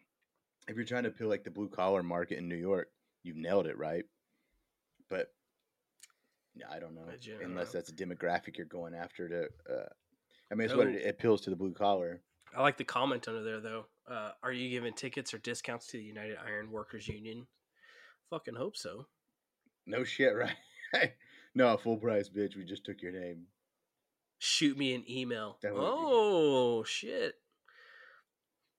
C: if you're trying to appeal like the blue collar market in New York, you've nailed it, right? But yeah, I don't know.
B: I gen- I don't
C: Unless
B: know.
C: that's a demographic you're going after to uh, I mean it's what
B: Oh.
C: it, it appeals to the blue collar.
B: I like the comment under there though. Uh, are you giving tickets or discounts to the United Iron Workers Union? Fucking hope so.
C: No shit, right? no, full price bitch, we just took your name.
B: Shoot me an email.
C: That would be-
B: Oh shit!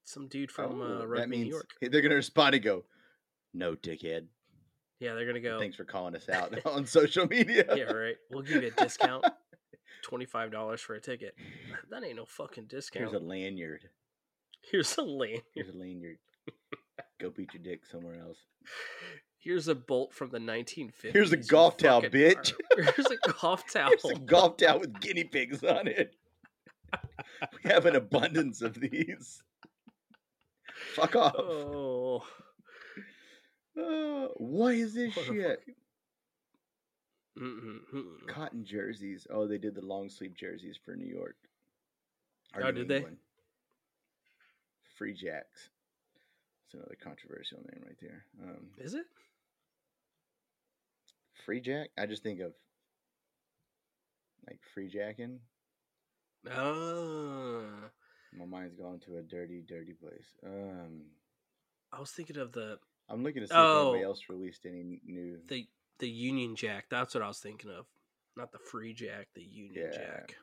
B: Some dude from
C: Oh,
B: uh, Rugby, New York.
C: they're gonna respond and go, No dickhead.
B: Yeah, they're gonna go.
C: Thanks for calling us out on social media.
B: Yeah, right. We'll give you a discount, twenty five dollars for a ticket. That ain't no fucking discount.
C: Here's a lanyard.
B: Here's a lane.
C: Here's a lanyard. Go beat your dick somewhere else.
B: Here's a bolt from the nineteen fifties.
C: Here's a golf towel, bitch.
B: Here's a golf towel.
C: Here's a golf towel with guinea pigs on it. We have an abundance of these. Fuck off.
B: Oh,
C: Uh, what is this
B: What the
C: shit?
B: Mm-mm, mm-mm.
C: Cotton jerseys. Oh, they did the long sleeve jerseys for New York.
B: Oh, did they?
C: Free Jacks. That's another controversial name right there. Um,
B: is it?
C: Free Jack? I just think of like free jacking.
B: Ah,
C: My mind's going to a dirty, dirty place. Um,
B: I was thinking of the
C: I'm looking to see if anybody
B: Oh.
C: else released any n- new.
B: the the Union Jack. That's what I was thinking of. Not the Free Jack, the Union
C: Yeah.
B: Jack.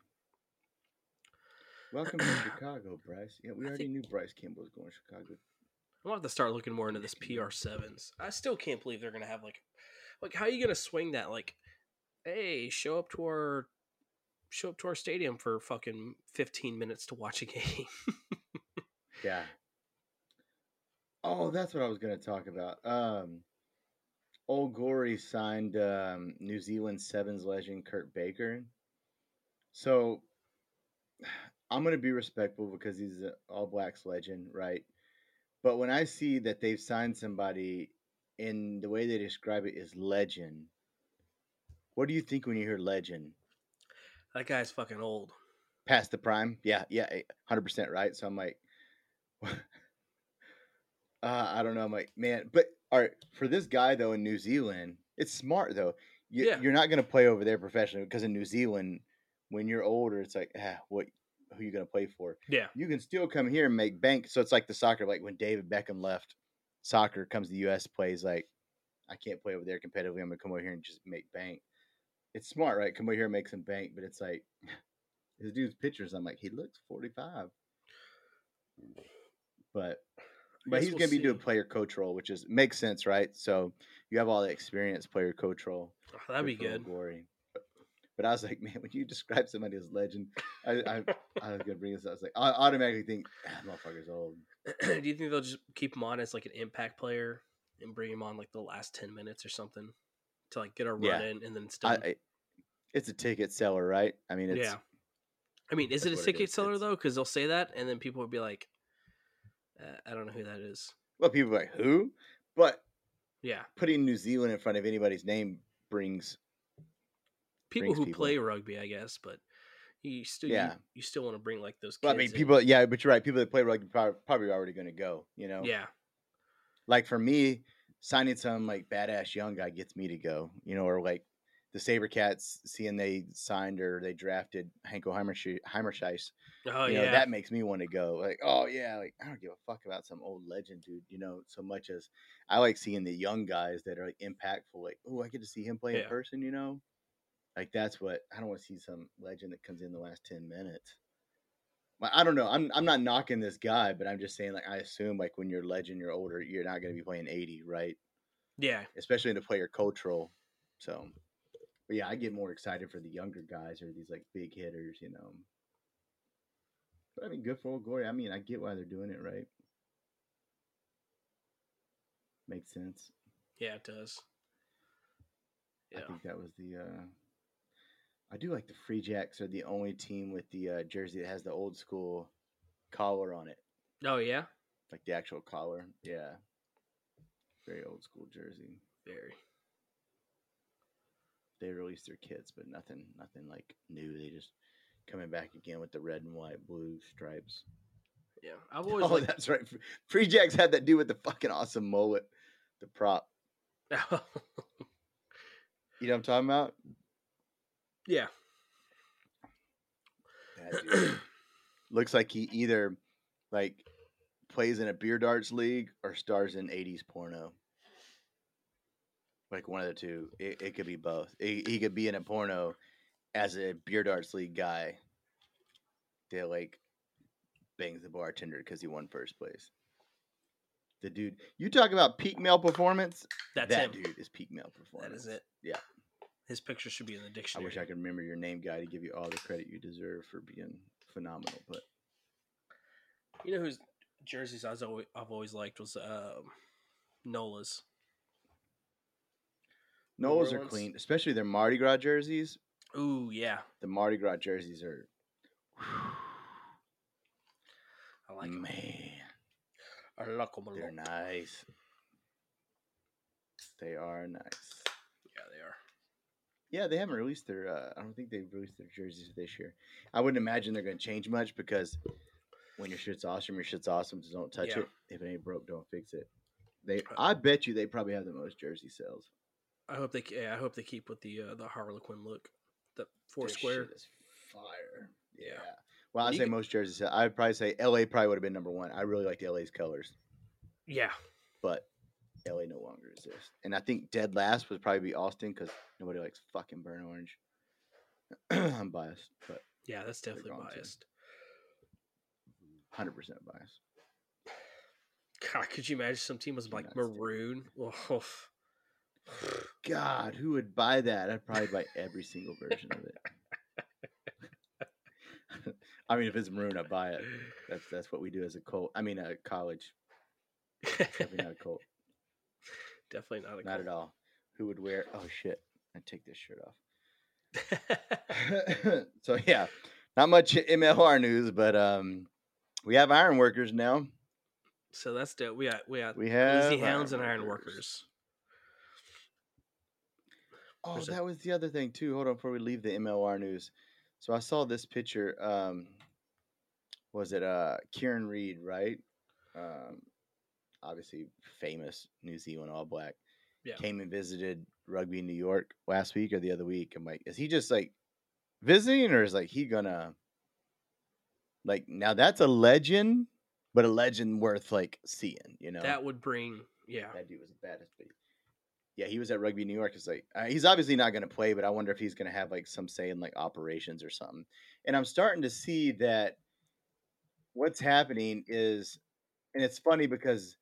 C: Welcome to Chicago, Bryce. Yeah, we
B: I
C: already
B: think-
C: knew Bryce Campbell was going to Chicago.
B: I'm gonna have to start looking more into this PR sevens. I still can't believe they're gonna have like, like how are you gonna swing that? Like, hey, show up to our, show up to our stadium for fucking 15 minutes to watch a game.
C: Yeah. Oh, that's what I was going to talk about. Um, Old Gory signed um, New Zealand Sevens legend Kurt Baker. So I'm going to be respectful because he's an All Blacks legend, right? But when I see that they've signed somebody and the way they describe it is legend, what do you think when you hear legend?
B: that guy's fucking old.
C: past the prime. Yeah, yeah, eh, hundred percent right. So I'm like, uh, I don't know. I'm like, man, but all right for this guy though in New Zealand, it's smart though. You,
B: Yeah.
C: You're not gonna play over there professionally because in New Zealand, when you're older, it's like, ah, what? Who you gonna play for?
B: Yeah,
C: You can still come here and make bank. So it's like the soccer. Like when David Beckham left soccer, comes to the U.S. plays like, I can't play over there competitively. I'm gonna come over here and just make bank. It's smart, right? Come over here and make some bank. But it's like this dude's pictures. I'm like, he looks 45. But but
B: guess
C: he's
B: we'll
C: gonna be doing
B: see.
C: player coach role, which is makes sense, right? So you have all the experience, player coach role.
B: Oh, that'd be
C: for
B: good.
C: Glory. But I was like, man, when you describe somebody as legend, I, I I was gonna bring this. up. I was like, I automatically think, ah, motherfucker's old.
B: Do you think they'll just keep him on as like an impact player and bring him on like the last 10 minutes or something to like get a run
C: Yeah.
B: in and then it's
C: I,
B: done?
C: I- it's a ticket seller, right? I mean, it's
B: yeah. I mean, is it a
C: that's what it
B: ticket
C: is.
B: seller
C: It's-
B: though? Because they'll say that, and then people would be like, uh, "I don't know who that is."
C: well, people are like who, but
B: Yeah,
C: putting New Zealand in front of anybody's name brings
B: people
C: Brings
B: who
C: people.
B: play rugby, I guess, but you still, you-
C: Yeah.
B: you, still want to bring like those. Kids
C: Well, I mean,
B: in.
C: people. Yeah, but you're right. People that play rugby prob- probably already going to go. You know,
B: Yeah,
C: Like for me, signing some like badass young guy gets me to go. You know, or like the SaberCats seeing they signed or they drafted Hanko Heimersch- Heimerscheis.
B: oh
C: you know,
B: yeah,
C: that makes me want to go. Like, oh yeah, like I don't give a fuck about some old legend, dude. You know, so much as I like seeing the young guys that are like, impactful. Like, oh, I get to see him play in
B: Yeah.
C: person. You know, like that's what I don't want to see some legend that comes in the last ten minutes. Well, I don't know. I'm I'm not knocking this guy, but I'm just saying like I assume like when you're legend, you're older, you're not going to be playing 80, right?
B: yeah.
C: Especially in the player coach role. So, but yeah, I get more excited for the younger guys or these like big hitters, you know. But I mean, good for old Glory. I mean, I get why they're doing it, right? Makes sense.
B: Yeah, it does. Yeah.
C: I think that was the. Uh, I do like the Free Jacks are the only team with the uh, jersey that has the old school collar on it.
B: Oh yeah.
C: like the actual collar. Yeah, very old school jersey.
B: Very.
C: They released their kits, but nothing, nothing like new. They just coming back again with the red and white blue stripes.
B: Yeah, I've always
C: Oh,
B: liked-
C: that's right. Free Jacks had that dude with the fucking awesome mullet, the prop. You know what I'm talking about?
B: yeah.
C: That dude looks like he either like plays in a beer darts league or stars in 80s porno. Like one of the two. It, it could be both. He he could be in a porno as a beer darts league guy that like bangs the bartender because he won first place. The dude, you talk about peak male performance.
B: That's
C: that
B: him.
C: dude is peak male performance.
B: That is it.
C: Yeah.
B: His picture should be in the
C: I
B: dictionary.
C: wish I could remember your name, guy, to give you all the credit you deserve for being phenomenal. But
B: You know whose jerseys I was always, I've always liked was um, Nola's. New
C: Knowles are
B: Orleans.
C: clean, especially their Mardi Gras jerseys.
B: Ooh yeah,
C: The Mardi Gras jerseys are
B: I like 'em.
C: man,
B: I like 'em a
C: Mm. they're
B: lot.
C: nice. They are nice.
B: Yeah, they are.
C: Yeah, they haven't released their. Uh, I don't think they've released their jerseys this year. I wouldn't imagine they're going to change much because when your shit's awesome, your shit's awesome. Just don't touch
B: Yeah.
C: it. If it ain't broke, don't fix it. They,
B: Uh,
C: I bet you, they probably have the most jersey sales.
B: I hope they. Yeah, I hope they keep with the uh, the Harlequin look, the four
C: Their shit
B: square.
C: is fire.
B: Yeah.
C: Yeah. Well, I
B: You
C: say
B: could-
C: most jerseys. I'd probably say LA probably would have been number one. I really liked LA's colors,
B: Yeah.
C: but LA no longer exists. And I think dead last would probably be Austin because nobody likes fucking burnt orange. I'm biased, but
B: Yeah, that's
C: They're
B: definitely
C: gone soon.
B: biased.
C: 100% biased.
B: God, could you imagine some team was like
C: Nice, dude.
B: maroon? Oof.
C: God, who would buy that? I'd probably buy every single version of it. I mean, if it's maroon, I buy it. That's that's what we do as a cult. I mean, a college. Definitely not a cult.
B: Definitely not a
C: Not
B: cult.
C: at all. Who would wear? Oh shit! I take this shirt off. so yeah, not much MLR news, but um, we have iron workers now.
B: so that's dope. We got we got
C: We have
B: Easy Hounds and Iron Workers.
C: Oh,
B: There's a-
C: that was the other thing too. Hold on, before we leave the MLR news, so I saw this picture. Um, was it uh Kieran Reed, right? Um, obviously famous New Zealand All Black.
B: Yeah.
C: Came and visited Rugby New York last week or the other week. I'm like, is he just like visiting, or is like he gonna like now? That's a legend, but a legend worth like seeing. You know,
B: That would bring yeah.
C: that dude was the baddest. But yeah, he was at Rugby New York. It's like uh, he's obviously not going to play, but I wonder if he's going to have like some say in like operations or something. And I'm starting to see that what's happening is, and it's funny because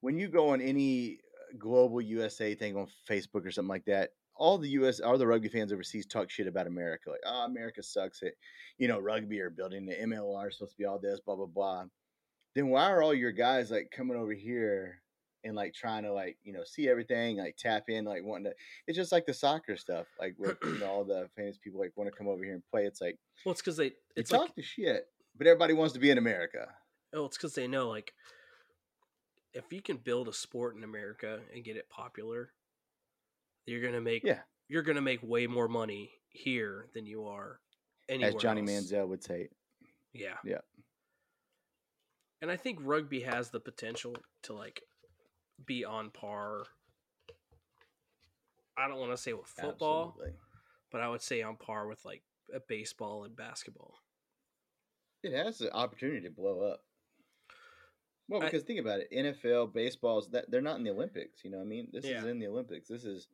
C: when you go on any uh, global USA thing on Facebook or something like that, all the US, all the rugby fans overseas talk shit about America. Like, oh, America sucks at, you know, rugby or building the MLR is supposed to be all this, blah blah blah. Then why are all your guys like coming over here and like trying to like you know see everything, like tap in, like wanting to? It's just like the soccer stuff, like with you know all the famous people like want to come over here and play. It's like
B: Well, it's because they
C: you
B: it's
C: talk
B: like
C: the shit, but everybody wants to be in America.
B: oh, it's because they know like if you can build a sport in America and get it popular, you're gonna make
C: Yeah.
B: you're gonna make way more money here than you are anywhere.
C: As Johnny
B: else.
C: Manziel would say,
B: Yeah.
C: Yeah.
B: And I think rugby has the potential to like be on par. I don't want to say with football,
C: Absolutely.
B: but I would say on par with like a baseball and basketball.
C: It has the opportunity to blow up. Well,
B: I-
C: because think about it, NFL, baseballs, that they're not in the Olympics. You know what I mean? This is
B: Yeah.
C: in the Olympics. This is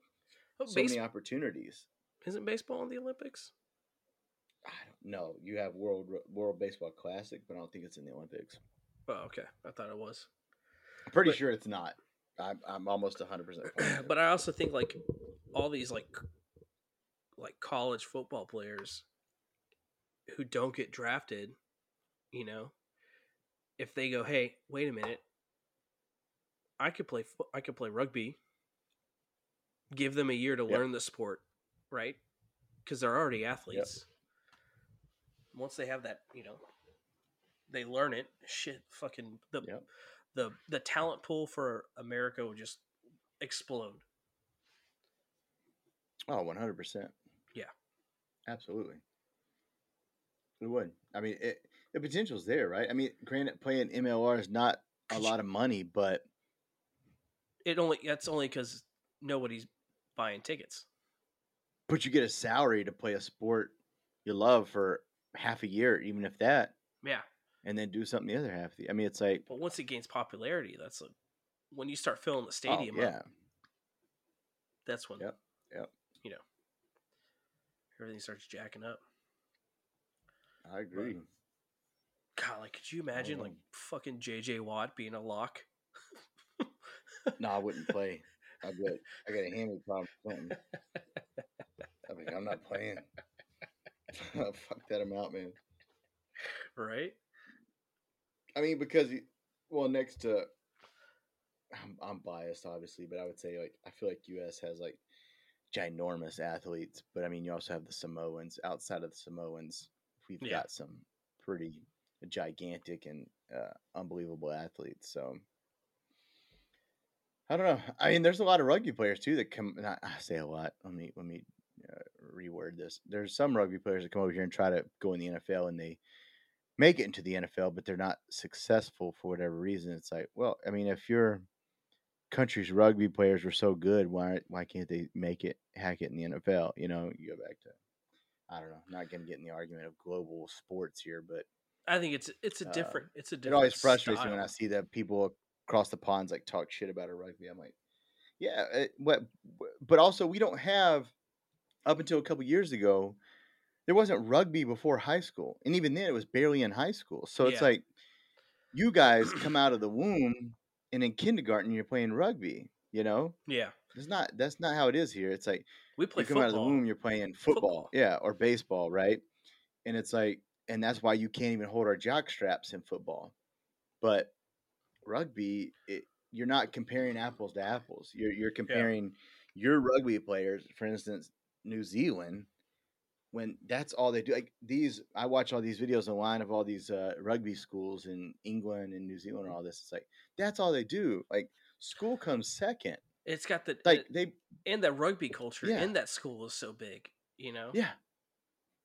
B: Oh,
C: so
B: base-
C: many opportunities.
B: isn't baseball in the Olympics?
C: I don't know. You have World Ru- World Baseball Classic, but I don't think it's in the Olympics.
B: Oh, okay. I thought it was.
C: I'm pretty
B: But-
C: sure it's not. I'm, I'm almost 100. percent
B: but I also think like all these like like college football players who don't get drafted, you know, if they go, "Hey, wait a minute. I could play fo- I could play rugby." Give them a year to
C: Yep.
B: learn the sport, right? Cuz they're already athletes. Once they have that, you know, they learn it. Shit, fucking the
C: Yep.
B: the the talent pool for America would just explode.
C: Oh, 100 percent.
B: Yeah.
C: absolutely. It would. I mean, it, the potential's there, right? I mean, granted, playing MLR is not a lot of money, but
B: It only that's only because nobody's buying tickets.
C: but you get a salary to play a sport you love for half a year, even if that,
B: Yeah,
C: and then do something the other half. of the- I mean, it's like, oh,
B: but once it gains popularity, that's a, when you start filling the
C: oh,
B: stadium
C: yeah,
B: up. That's when
C: Yep, yep.
B: you know everything starts jacking up.
C: I agree.
B: God, like could you imagine like
C: Mm.
B: fucking JJ Watt being a lock?
C: No, I wouldn't play. I would. I got a hammy problem. or something. I mean, I'm not playing. Fuck that amount, man.
B: right?
C: I mean, because you- well, next to I'm, I'm biased, obviously, but I would say like I feel like U.S. has like ginormous athletes, but I mean, you also have the Samoans. Outside of the Samoans, we've
B: Yeah.
C: got some pretty gigantic and uh, unbelievable athletes. So I don't know. I mean, there's a lot of rugby players too that come. Not, I say a lot. Let me let me uh, reword this. There's some rugby players that come over here and try to go in the NFL and they make it into the NFL, but they're not successful for whatever reason. It's like, well, I mean, if your country's rugby players were so good, why why can't they make it hack it in the NFL? You know, you go back to I don't know. Not going to get in the argument of global sports here, but
B: I think it's it's a
C: Uh,
B: different it's a
C: it
B: different.
C: always frustrates me when I
B: style.
C: see that people across the ponds like talk shit about our rugby. I'm like, yeah, it, but but also we don't have up until a couple years ago, there wasn't rugby before high school, and even then it was barely in high school. So it's
B: Yeah.
C: like you guys come out of the womb and in kindergarten you're playing rugby. You know,
B: Yeah,
C: it's not that's not how it is here. It's like
B: we play
C: you come
B: football.
C: out of the womb, you're playing football,
B: Football.
C: yeah, or baseball, right? And it's like, and that's why you can't even hold our jock straps in football. But rugby, it, you're not comparing apples to apples. You're you're comparing your rugby players, for instance, New Zealand, when that's all they do. Like these, I watch all these videos online of all these uh, rugby schools in England and New Zealand and all this. It's like that's all they do. Like school comes second.
B: It's got the
C: Like they,
B: and that rugby culture
C: Yeah.
B: in that school is so big. You know.
C: yeah,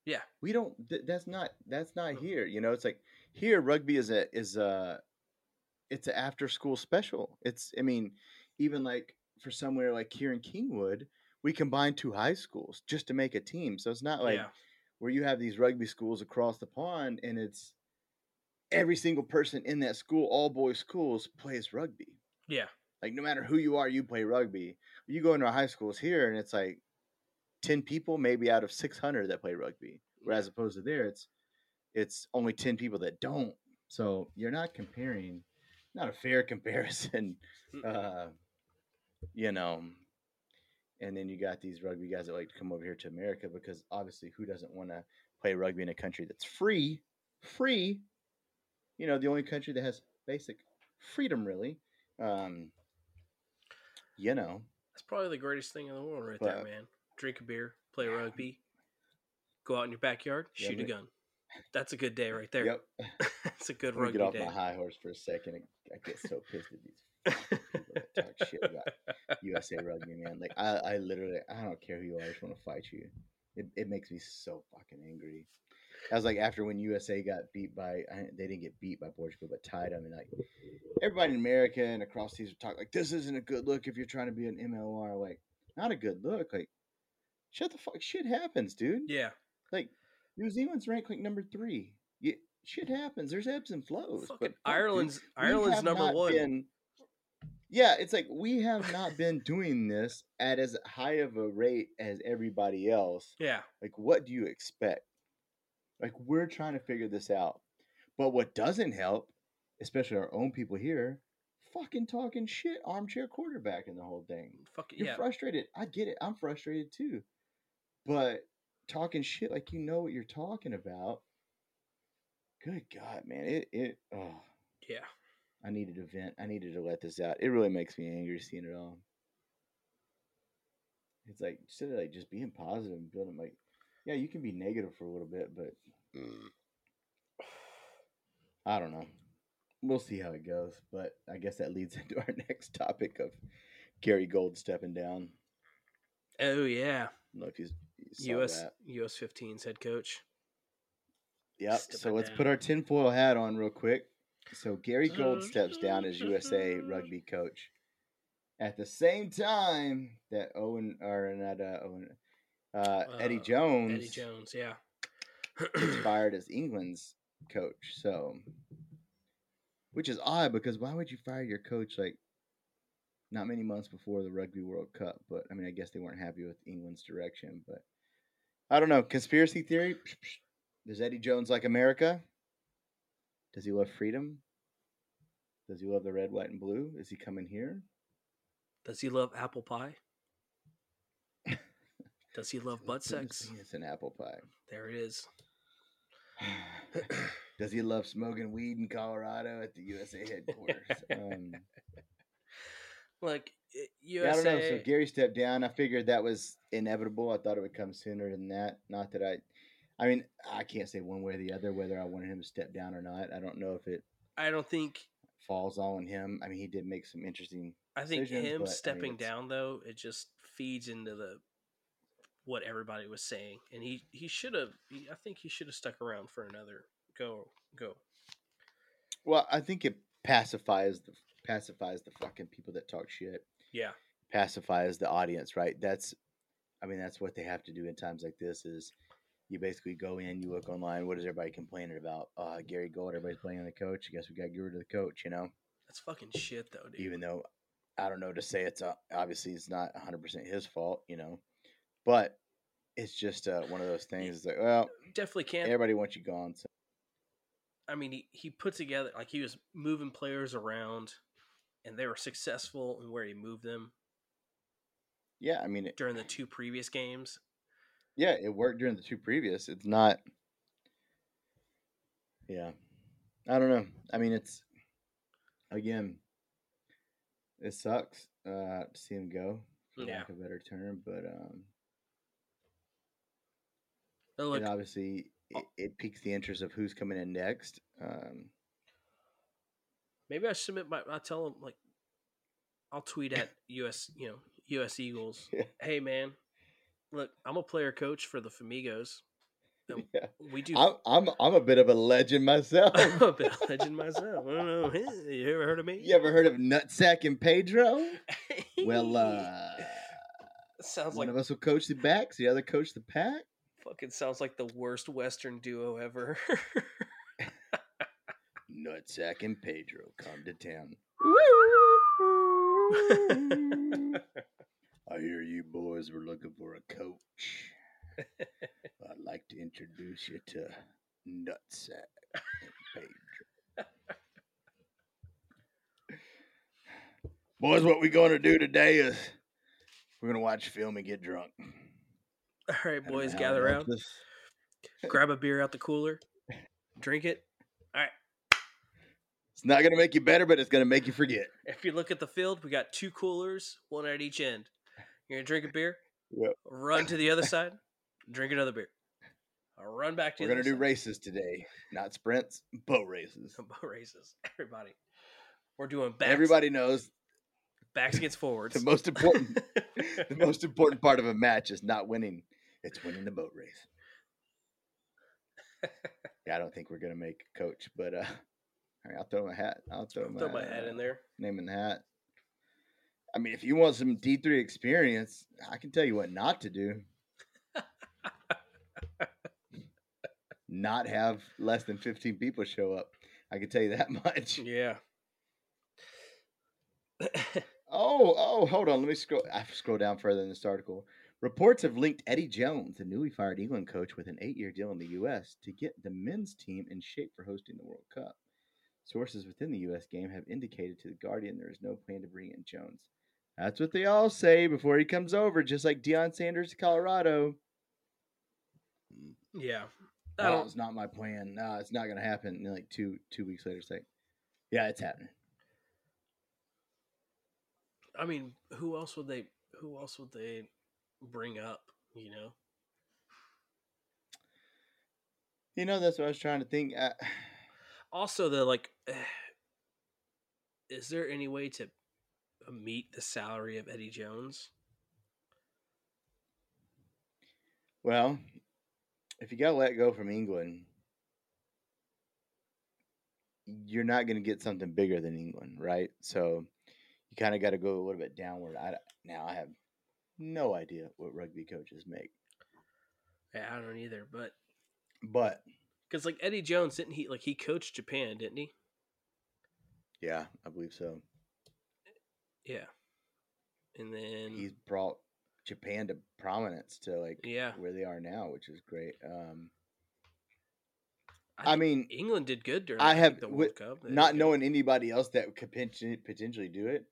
B: Yeah.
C: we don't th- that's not that's not
B: Mm.
C: here you know it's like here rugby is a is a it's an after school special it's i mean even like for somewhere like here in kingwood we combine two high schools just to make a team so it's not like
B: yeah.
C: where you have these rugby schools across the pond and it's every single person in that school all boys schools plays rugby
B: Yeah.
C: like no matter who you are you play rugby you go into our high schools here and it's like 10 people maybe out of 600 that play rugby whereas opposed to there it's it's only 10 people that don't so you're not comparing not a fair comparison
B: Mm.
C: uh you know and then you got these rugby guys that like to come over here to america because obviously who doesn't want to play rugby in a country that's free free you know the only country that has basic freedom really um you know
B: That's probably the greatest thing in the world, right there,
C: But-
B: man. Drink a beer, play
C: Yeah.
B: rugby, go out in your backyard,
C: Yeah,
B: shoot a
C: we-
B: gun. That's a good day right there.
C: yep
B: That's a good
C: Let me
B: rugby
C: get off
B: day.
C: my high horse for a second. I, I get so pissed at these fucking people that talk shit about USA Rugby, man. Like I, I literally, I don't care who you are, I just want to fight you. It, it makes me so fucking angry. I was like, after when USA got beat by, I, they didn't get beat by Portugal, but tied them, and like everybody in America and across these talk like, this isn't a good look if you're trying to be an MLR. Like, not a good look. Like, shut the fuck. Shit happens, dude.
B: Yeah.
C: Like New Zealand's ranked like number three. Yeah, shit happens. There's ebbs and flows. but
B: Fucking
C: fuck, dude,
B: Ireland's
C: we
B: Ireland's
C: have
B: number
C: not
B: one.
C: been- yeah, it's like we have not been doing this at as high of a rate as everybody else.
B: Yeah.
C: Like, what do you expect? Like, we're trying to figure this out. But what doesn't help, especially our own people here, fucking talking shit, armchair quarterback, and the whole thing.
B: Fucking
C: You're
B: yeah.
C: frustrated. I get it. I'm frustrated too. But talking shit like you know what you're talking about. Good God, man. It it oh,
B: Yeah.
C: I needed to vent. I needed to let this out. It really makes me angry seeing it all. It's like instead of like just being positive and building like yeah, you can be negative for a little bit, but I don't know. We'll see how it goes, but I guess that leads into our next topic of Gary Gold stepping down.
B: Oh yeah.
C: I don't know if he's you saw
B: US
C: that.
B: US 15's head coach.
C: Yep. So
B: Stepping
C: let's put
B: down.
C: our tinfoil hat on real quick. So Gary Gold steps down as USA rugby coach. At the same time that Owen or not uh, Owen, uh, Eddie
B: Uh,
C: Jones
B: Eddie Jones. Yeah.
C: gets fired as England's coach. So, which is odd because why would you fire your coach like not many months before the Rugby World Cup? But I mean, I guess they weren't happy with England's direction. But I don't know. Conspiracy theory? Does Eddie Jones like America? Does he love freedom? Does he love the red, white, and blue? Is he coming here?
B: Does he love apple pie? Does he love butt
C: Let's put his
B: sex?
C: penis in apple pie.
B: There it is.
C: Does he love smoking weed in Colorado at the USA headquarters? Um,
B: Like eh, it-
C: Yeah, I
B: USA.
C: don't know. So Gary stepped down. I figured that was inevitable. I thought it would come sooner than that. Not that I, I mean, I can't say one way or the other whether I wanted him to step down or not. I don't know if it
B: I don't think
C: falls all on him. I mean, he did make some interesting.
B: I think
C: decision,
B: him
C: but, I mean,
B: stepping
C: it's-
B: down though, it just feeds into the what everybody was saying, and he he should have. I think he should have stuck around for another go go.
C: Well, I think it pacifies the pacifies the fucking people that talk shit.
B: Yeah,
C: pacifies the audience, right? That's, I mean, that's what they have to do in times like this. Is you basically go in, you look online. What is everybody complaining about? Uh, Gary Gold, everybody's playing the coach. I guess we got to get rid of the coach, you know?
B: That's fucking shit, though, dude.
C: Even though I don't know to say it's uh, obviously it's not 100% his fault, you know? But it's just uh, one of those things. It's like, well,
B: Definitely can't.
C: everybody wants you gone. So
B: I mean, he, he put together like he was moving players around, and they were successful in where he moved them
C: yeah, I mean, it,
B: during the two previous games.
C: yeah, it worked during the two previous. It's not. Yeah, I don't know. I mean, it's again, it sucks uh, to see him go, for
B: Yeah.
C: lack of a better term. But um,
B: Now, look, Oh.
C: it obviously it, it piques the interest of who's coming in next. Um,
B: maybe I should submit my. I tell him like, I'll tweet at U.S. You know U.S. Eagles.
C: Yeah.
B: Hey man, look, I'm a player coach for the Famigos. Um,
C: yeah.
B: We do.
C: I'm, I'm I'm a bit of a legend myself.
B: I'm a bit of a legend myself. I don't know. Hey, You ever heard of me?
C: you ever heard of Nutsack and Pedro? Well, uh,
B: sounds
C: one
B: like
C: of us will coach the backs, the other coach the pack.
B: fucking sounds like the worst Western duo ever.
C: Nutsack and Pedro come to town. I hear you boys were looking for a coach. I'd like to introduce you to Nutsack and Pedro. boys, what we're going to do today is we're going to watch film and get drunk.
B: All
C: I
B: right,
C: don't
B: boys,
C: know how
B: gather around.
C: else this-
B: Grab a beer out the cooler, drink it.
C: It's not going to make you better, but it's going to make you forget.
B: If you look at the field, we got two coolers, one at each end. You're gonna drink a beer,
C: Yep.
B: run to the other side, drink another beer, run back to
C: We're
B: the
C: going to do
B: other
C: races today, not sprints, boat races.
B: side. races. Everybody, we're doing backs,
C: Everybody knows
B: backs against forwards.
C: the most important the most important part of a match is not winning; it's winning the boat race. Yeah, I don't think we're gonna make a coach, but uh, I mean, I'll throw my hat. I'll throw, my,
B: Throw my hat in there.
C: Name in the hat. I mean, if you want some D three experience, I can tell you what not to do. not have less than fifteen people show up. I can tell you that much.
B: Yeah.
C: Oh, oh, hold on. Let me scroll. I have to scroll down further in this article. Reports have linked Eddie Jones, the newly fired England coach, with an eight-year deal in the U.S. to get the men's team in shape for hosting the World Cup. Sources within the U.S. game have indicated to the Guardian there is no plan to bring in Jones. That's what they all say before he comes over, just like Deion Sanders to Colorado.
B: yeah. I
C: Oh,
B: don't.
C: it's not my plan. No, it's not going to happen. And then, like two two weeks later, it's like, yeah, it's happening.
B: I mean, who else would they? Who else would they bring up? You know.
C: You know, that's what I was trying to think. I,
B: Also, the like, is there any way to meet the salary of Eddie Jones?
C: Well, if you got let go from England, you're not going to get something bigger than England, right? So you kind of got to go a little bit downward. I, now I have no idea what rugby coaches make,
B: Yeah, I don't either, but
C: but
B: because like Eddie Jones didn't he like he coached Japan, didn't he?
C: yeah, I believe so.
B: Yeah. And then
C: He's brought Japan to prominence to like
B: yeah,
C: where they are now, which is great. Um,
B: I,
C: I,
B: think
C: mean,
B: England did good during
C: I
B: like,
C: have-
B: the
C: with-
B: World Cup. They
C: not
B: did good.
C: knowing anybody else that could poten- potentially do it,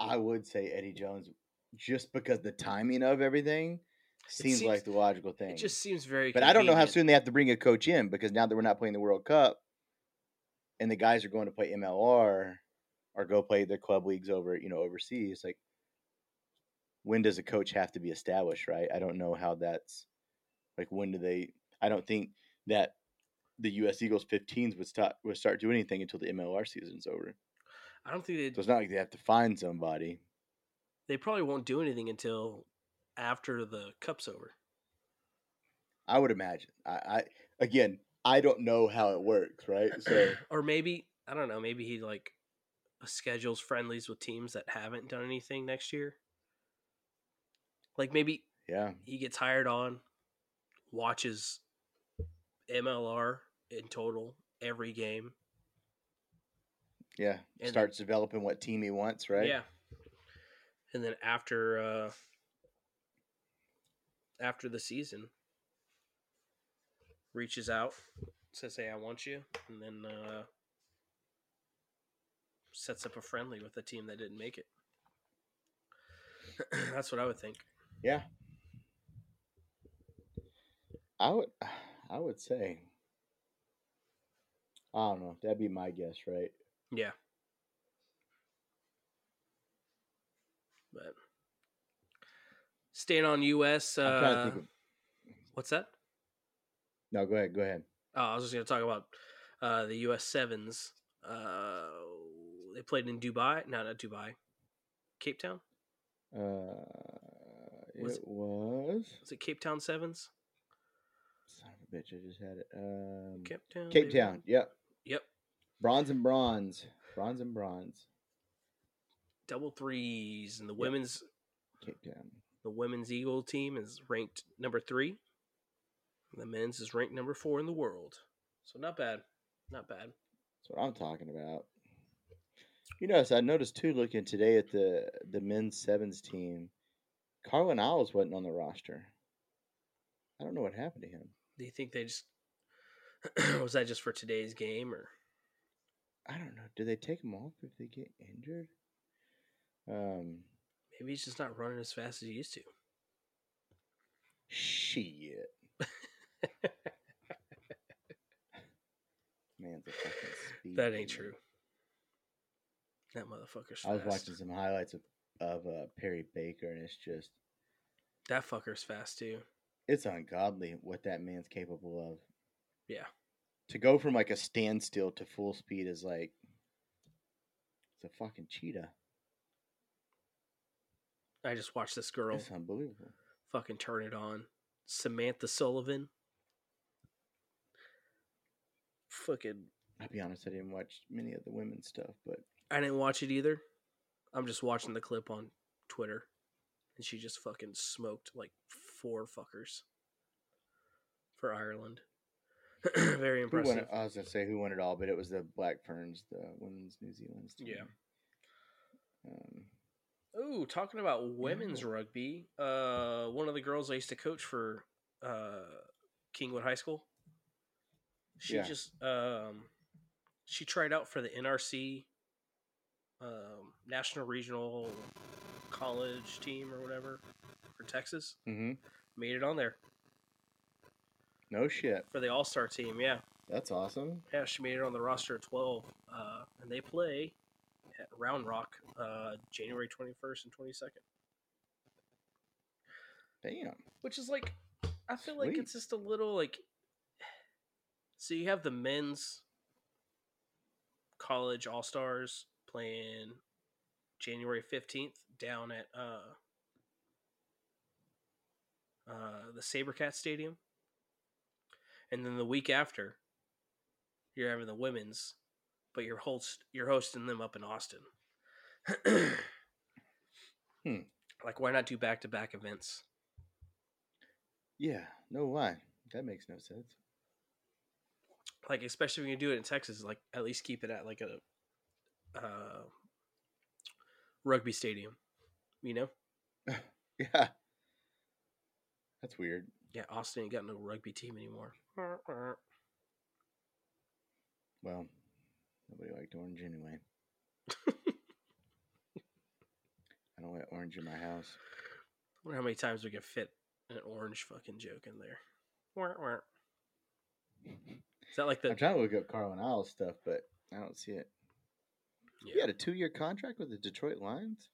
C: I would say Eddie Jones, just because the timing of everything seems,
B: seems-
C: like the logical thing.
B: it just seems very.
C: but I don't know how
B: convenient.
C: soon they have to bring a coach in because now that we're not playing the World Cup, and the guys are going to play MLR or go play their club leagues over, you know, overseas. Like, when does a coach have to be established? Right? I don't know how that's like. When do they? I don't think that the U.S. Eagles 15s would start would start doing anything until the MLR season's over.
B: I don't think they
C: So it's not like they have to find somebody.
B: they probably won't do anything until after the cup's over.
C: I would imagine. I, I again, I don't know how it works. Right? So
B: or maybe I don't know, maybe he like schedules friendlies with teams that haven't done anything next year. Like maybe
C: yeah.
B: he gets hired on, watches MLR in total every game.
C: Yeah.
B: And-
C: Starts developing what team he wants, right?
B: Yeah. And then after uh after the season reaches out, says, Hey, I want you and then uh sets up a friendly with a team that didn't make it. That's what I would think.
C: Yeah. I would I would say I don't know. That'd be my guess, right?
B: Yeah. But staying on US
C: I'm trying
B: uh
C: to think of,
B: what's that?
C: No, go ahead, go ahead.
B: Oh, I was just going to talk about uh, the U.S. Sevens. Uh, they played in Dubai. No, not Dubai. Cape Town.
C: Uh
B: Was-
C: it was
B: Was it Cape Town Sevens?
C: son of a bitch, I just had it. Um
B: Cape Town.
C: Cape
B: baby.
C: Town, yep.
B: Yep.
C: Bronze and bronze. Bronze and bronze.
B: Double threes, and the women's
C: Cape Town.
B: the women's eagle team is ranked number three. And the men's is ranked number four in the world. So not bad. Not bad.
C: That's what I'm talking about. You notice I noticed too looking today at the the men's sevens team, Carlin Owls wasn't on the roster. I don't know what happened to him.
B: Do you think they just was that just for today's game or?
C: I don't know. Do they take him off if they get injured? Um,
B: Maybe he's just not running as fast as he used to.
C: shit. Man's a fucking speed.
B: That ain't true.
C: demon.
B: That motherfucker's fast.
C: I was watching some highlights of of uh, Perry Baker, and it's just
B: That fucker's fast too.
C: it's ungodly what that man's capable of.
B: Yeah.
C: To go from like a standstill to full speed is like it's a fucking cheetah.
B: I just watched this girl
C: It's unbelievable.
B: fucking turn it on. Samantha Sullivan. Fucking
C: I'll be honest, I didn't watch many of the women's stuff, but
B: I didn't watch it either. I'm just watching the clip on Twitter. And she just fucking smoked like four fuckers for Ireland. Very
C: who won
B: impressive.
C: it? I was gonna say who won it all, but it was the Black Ferns, the women's New Zealand's team.
B: Yeah.
C: Um,
B: Ooh, talking about women's rugby, uh, one of the girls I used to coach for uh, Kingwood High School, she
C: Yeah.
B: just um, she tried out for the NRC um, National Regional College team or whatever for Texas.
C: hmm
B: Made it on there
C: No shit.
B: for the All Star team. Yeah,
C: That's awesome.
B: yeah, she made it on the roster of twelve, uh, and they play at Round Rock uh, January twenty first and twenty second.
C: Damn.
B: which is like i feel like
C: Sweet.
B: it's just a little like so you have the men's college all stars playing january 15th down at uh uh the sabercat stadium and then the week after you're having the women's but you're host you're hosting them up in austin
C: Hmm.
B: like why not do back-to-back events
C: Yeah. No why. That makes no sense.
B: like especially when you do it in Texas, like at least keep it at like a uh, rugby stadium, you know?
C: Yeah. That's weird.
B: Yeah, Austin ain't got no rugby team anymore.
C: Well, nobody liked orange anyway. I don't like orange in my house.
B: Wonder how many times we can fit an orange fucking joke in there. Is that like the
C: I'm trying to look up Carlin Isles stuff, but I don't see it. He
B: yeah,
C: had a two year contract with the Detroit Lions?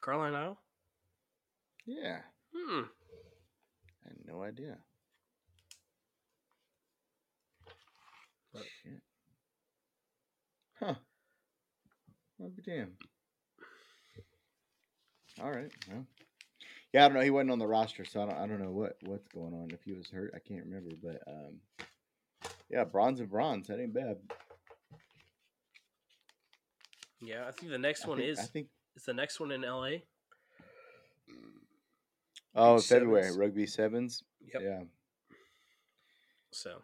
B: Carline Isle?
C: Yeah.
B: Hmm.
C: I had no idea.
B: But-
C: Shit. Huh. I'll be damned. All right. Well. Yeah, I don't know. He wasn't on the roster, so I don't, I don't know what, what's going on. If he was hurt, I can't remember. But um, yeah, bronze and bronze. That ain't bad.
B: Yeah, I think the next
C: I
B: one
C: think-
B: is
C: I think
B: is the next one in LA.
C: Oh,
B: Beach
C: February
B: sevens.
C: rugby sevens.
B: Yep.
C: Yeah,
B: So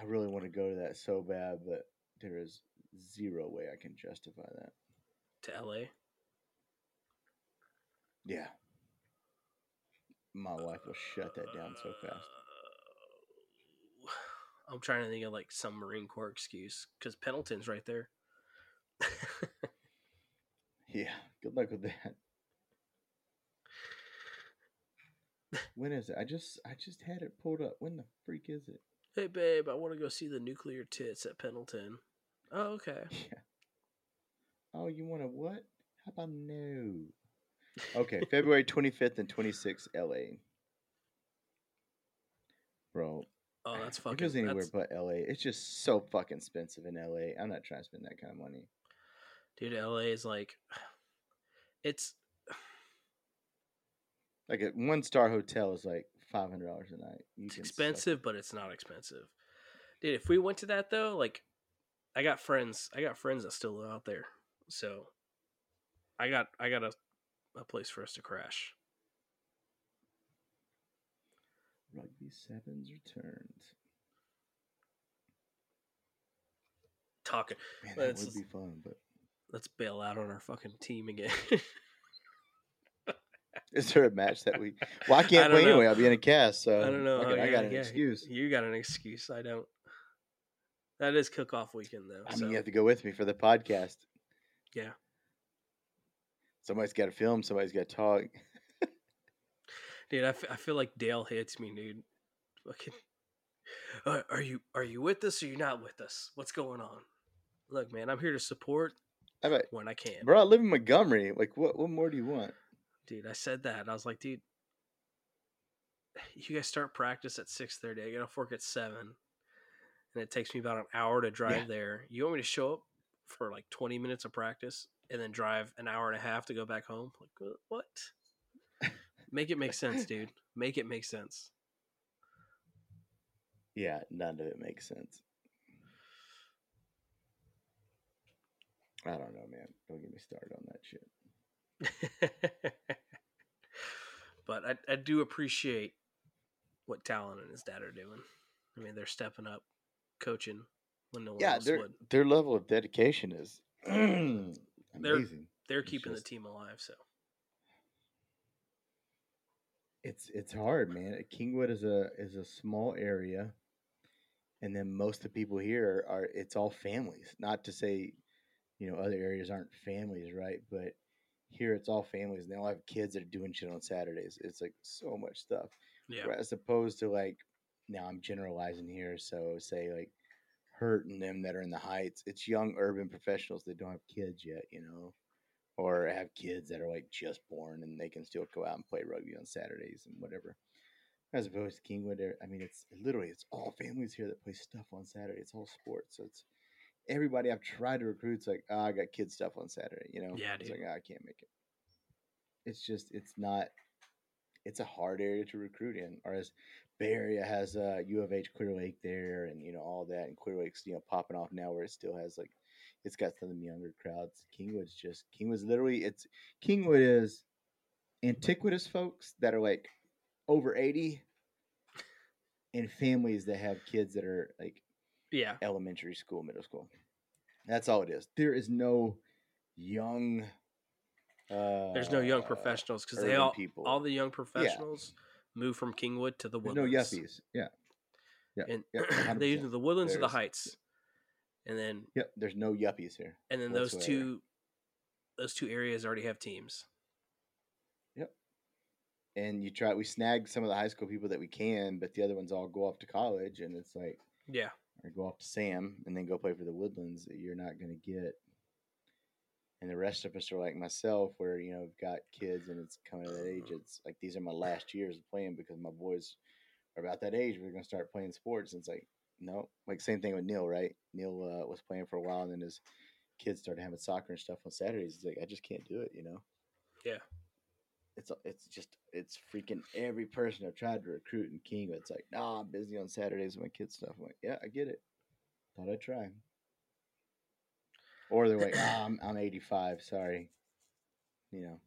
C: I really want to go to that so bad, but there is zero way I can justify that.
B: to LA.
C: Yeah, my wife will shut that down so fast.
B: Uh, I'm trying to think of like some Marine Corps excuse because Pendleton's right there.
C: Yeah, good luck with that. When is it? I just I just had it pulled up. When the freak is it?
B: hey, babe, I want to go see the nuclear tits at Pendleton. Oh, okay.
C: Yeah. Oh, you want to what? How about no? Okay, February 25th and 26th, LA. Bro,
B: Oh, that's
C: it
B: fucking.
C: goes anywhere
B: that's-
C: but LA. It's just so fucking expensive in LA. I'm not trying to spend that kind of money.
B: Dude, LA is like, it's
C: Like a one star hotel is like $500 a night. You
B: it's
C: can suck-
B: expensive, but it's not expensive. Dude, if we went to that though, like, I got friends. I got friends that still live out there, so I got I got a a place for us to crash.
C: Rugby sevens returned.
B: Talking.
C: Man,
B: Well,
C: that
B: it's
C: would
B: just-
C: be fun, but
B: Let's bail out on our fucking team again.
C: is there a match that we? Well, I
B: I
C: can't
B: don't
C: play
B: know.
C: anyway. I'll be in a cast, so
B: I don't know.
C: Uh, fuck
B: how
C: it, I
B: you're
C: got
B: gonna
C: an
B: get-
C: excuse.
B: You got an excuse. I don't. That is cook off weekend though.
C: I mean,
B: so.
C: you have to go with me for the podcast.
B: Yeah.
C: Somebody's got to film. Somebody's got to talk.
B: Dude, I, f- I feel like Dale hits me, dude. Fucking. Are, are you are you with us or you not with us? What's going on? Look, man, I'm here to support
C: How about,
B: when I can.
C: bro, I live in Montgomery. Like, what? What more do you want?
B: Dude, I said that. And I was like, dude, you guys start practice at six thirty. I get off work at seven, and it takes me about an hour to drive
C: Yeah.
B: there. You want me to show up for like twenty minutes of practice and then drive an hour and a half to go back home? Like, wh- what? Make it make sense, dude. Make it make sense.
C: Yeah, none of it makes sense. I don't know, man. Don't get me started on that shit.
B: but I, I do appreciate what Talon and his dad are doing. I mean, they're stepping up, coaching when no one
C: yeah,
B: else
C: their
B: would.
C: their level of dedication is amazing.
B: They're
C: it's
B: keeping
C: just-
B: the team alive, so
C: It's it's hard, man. Kingwood is a is a small area, and then most of the people here are it's all families. Not to say, you know, other areas aren't families, right? But here it's all families, and they all have kids that are doing shit on Saturdays. It's like so much stuff,
B: yeah.
C: Whereas as opposed to like now I'm generalizing here. So say like Hurt and them that are in the heights, it's young urban professionals that don't have kids yet, you know, or have kids that are like just born and they can still go out and play rugby on Saturdays and whatever. As opposed to Kingwood, there- I mean, it's literally it's all families here that play stuff on Saturday. It's all sports, so it's everybody I've tried to recruit's like, ah, I got kid stuff on Saturday, you know.
B: Yeah,
C: it's
B: dude.
C: like ah, I can't make it. It's just it's not. It's a hard area to recruit in, or as Bay Area has uh, U of H Clear Lake there, and you know all that, and Clear Lake's you know popping off now where it still has like it's got some of the younger crowds. Kingwood's just Kingwood's literally it's Kingwood is antiquitous folks that are like over eighty, and families that have kids that are like
B: Yeah.
C: elementary school, middle school. That's all it is. There is no young. Uh,
B: There's no young professionals because they
C: urban
B: all
C: people.
B: all the young professionals move from Kingwood to the
C: There's
B: woodlands.
C: no yuppies. Yeah. Yep,
B: And
C: yep, 100%.
B: they either the woodlands or the
C: There's-
B: heights. And then
C: Yep. There's no yuppies here.
B: and then those
C: whatsoever.
B: two those two areas already have teams.
C: and you try we snag some of the high school people that we can, but the other ones all go off to college and it's like
B: Yeah.
C: or go off to Sam and then go play for the Woodlands that you're not gonna get. And the rest of us are like myself, where you know we've got kids and it's coming of that age. It's like these are my last years of playing because my boys are about that age. We're gonna start playing sports. And it's like no, like same thing with Neil, right? Neil uh, was playing for a while and then his kids started having soccer and stuff on Saturdays. He's like, I just can't do it, you know it's it's just it's freaking every person I've tried to recruit in King. It's like, nah, I'm busy on Saturdays with my kids stuff. I'm like, yeah, I get it. Thought I'd try. Or they're like, ah, I'm I'm 85. Sorry, you know.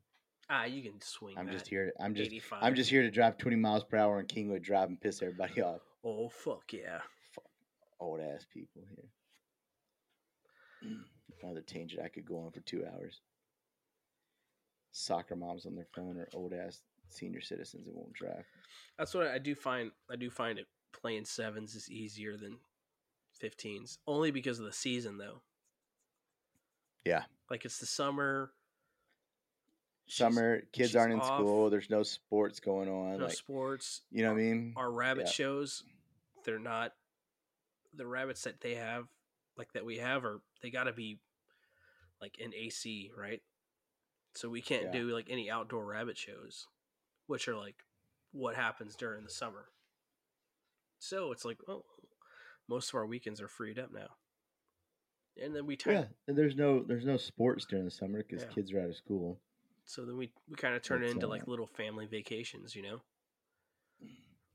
B: Ah, you can swing.
C: I'm
B: that.
C: just here. I'm just.
B: 85.
C: I'm just here to drive 20 miles per hour on Kingwood Drive and piss everybody off.
B: Oh fuck yeah!
C: Old ass people here. Another tangent I could go on for two hours. Soccer moms on their phone or old ass senior citizens that won't drive.
B: That's what I do find. I do find it playing sevens is easier than 15s, only because of the season though.
C: Yeah.
B: Like it's the summer. she's-
C: Summer kids
B: she's
C: aren't in
B: off.
C: school. There's no sports going on.
B: No
C: like
B: sports.
C: you know what I mean?
B: Our rabbit
C: Yeah.
B: shows, they're not the rabbits that they have, like that we have, are they got to be like in AC, right? So we can't
C: Yeah.
B: do like any outdoor rabbit shows, which are like what happens during the summer. So it's like, oh, most of our weekends are freed up now, and then we turn.
C: Yeah, and there's no there's no sports during the summer because
B: Yeah.
C: kids are out of school.
B: So then we we kind of turn it
C: That's,
B: into
C: uh,
B: like little family vacations, you know.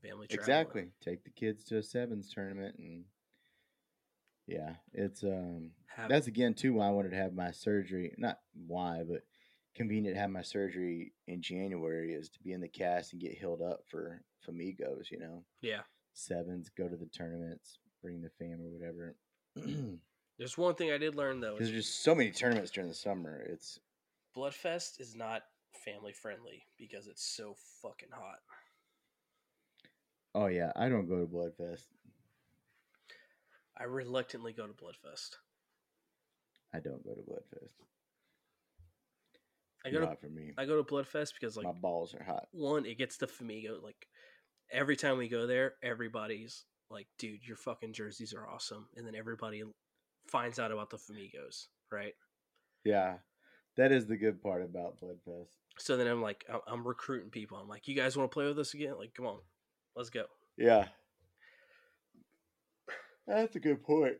B: Family travel.
C: Exactly. Take the kids to a sevens tournament and yeah, it's um
B: Have-
C: that's again too why I wanted to have my surgery. Not why, but convenient to have my surgery in January is to be in the cast and get healed up for Famigos, you know.
B: Yeah.
C: Sevens, go to the tournaments, bring the fam or whatever. Because
B: There's one thing I did learn though.
C: there's
B: Is
C: just so many tournaments during the summer. It's
B: Bloodfest is not family friendly because it's so fucking hot.
C: oh yeah, I don't go to Bloodfest.
B: I reluctantly go to Bloodfest.
C: I don't go to Bloodfest.
B: I go to
C: Not for me.
B: I go to Bloodfest because like
C: my balls are hot.
B: one, it gets the Famigo. Like every time we go there, everybody's like, "Dude, your fucking jerseys are awesome," and then everybody finds out about the Famigos, right?
C: Yeah, that is the good part about Bloodfest.
B: So then I'm like, I- I'm recruiting people. I'm like, you guys want to play with us again? Like, come on, let's go.
C: Yeah, that's a good point.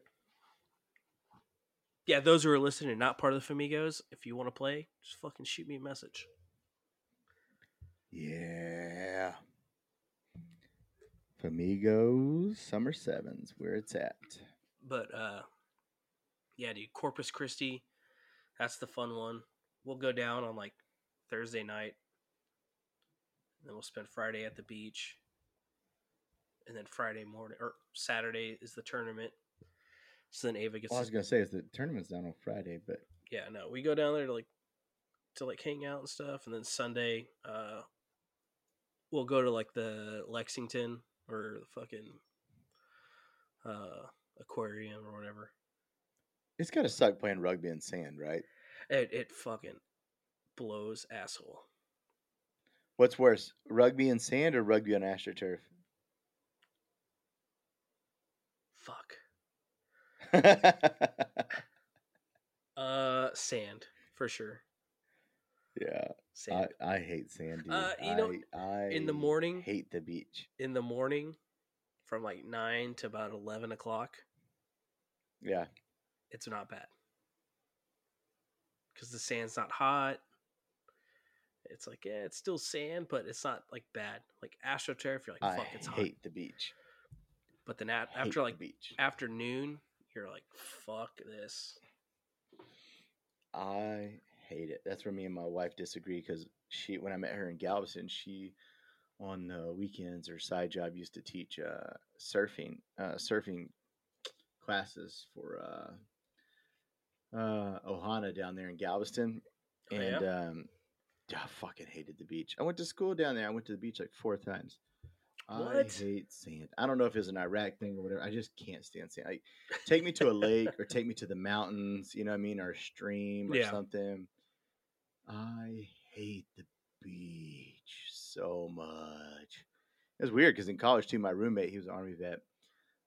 B: Yeah, those who are listening and not part of the Famigos, if you want to play, just fucking shoot me a message.
C: Yeah, Famigos Summer Sevens, where it's at.
B: But uh, yeah, dude, Corpus Christi, that's the fun one. We'll go down on like Thursday night, and then we'll spend Friday at the beach, and then Friday morning or Saturday is the tournament. So then Ava gets
C: Well, Oh,
B: to
C: I was gonna say is the tournament's down on Friday, but
B: yeah, no, we go down there to like to like hang out and stuff, and then Sunday, uh, we'll go to like the Lexington or the fucking uh aquarium or whatever.
C: it's gotta suck playing rugby in sand, right?
B: It it fucking blows asshole.
C: What's worse, rugby in sand or rugby on astroturf?
B: Fuck.
C: yeah,
B: Uh, sand for sure.
C: I,
B: Sand
C: I hate sand. Dude.
B: Uh, you know,
C: I,
B: in the
C: I
B: morning-
C: hate the beach.
B: in the morning, from like nine to about eleven o'clock.
C: Yeah,
B: It's not bad because the sand's not hot. It's like yeah, it's still sand, but it's not like bad. Like astroturf, you're like
C: I
B: fuck, it's hot.
C: hate the beach.
B: But then at,
C: Hate
B: after
C: the
B: like
C: beach,
B: afternoon, you're like fuck this.
C: I hate it. That's where me and my wife disagree because she, when I met her in Galveston, she on the weekends or side job used to teach uh, surfing, uh, surfing classes for uh, uh, Ohana down there in Galveston,
B: Oh, yeah?
C: and um, I fucking hated the beach. I went to school down there. I went to the beach like four times.
B: What?
C: I hate sand. I don't know if it's an Iraq thing or whatever. I just can't stand sand. Like, take me to a lake or take me to the mountains, you know what I mean, or a stream or
B: Yeah.
C: something. I hate the beach so much. It was weird because in college too, my roommate, he was an army vet,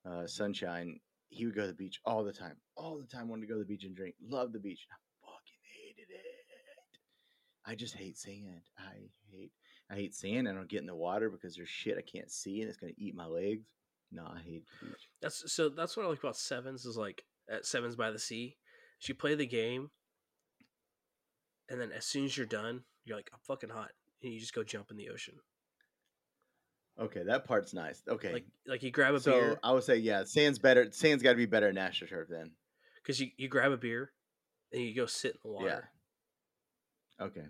C: uh, Sunshine, he would go to the beach all the time. All the time wanted to go to the beach and drink. Loved the beach. I fucking hated it. I just hate sand. I hate I hate sand. I don't get in the water because there's shit I can't see and it's gonna eat my legs. No, I hate the beach.
B: That's so. That's what I like about sevens is like at sevens by the sea. is you play the game, and then as soon as you're done, you're like I'm fucking hot, and you just go jump in the ocean.
C: Okay, that part's nice. Okay.
B: Like like you grab a
C: so uh
B: beer
C: I would say, yeah, sand's better. Sand's got to be better at national turf then.
B: because you you grab a beer, and you go sit in the water.
C: Okay.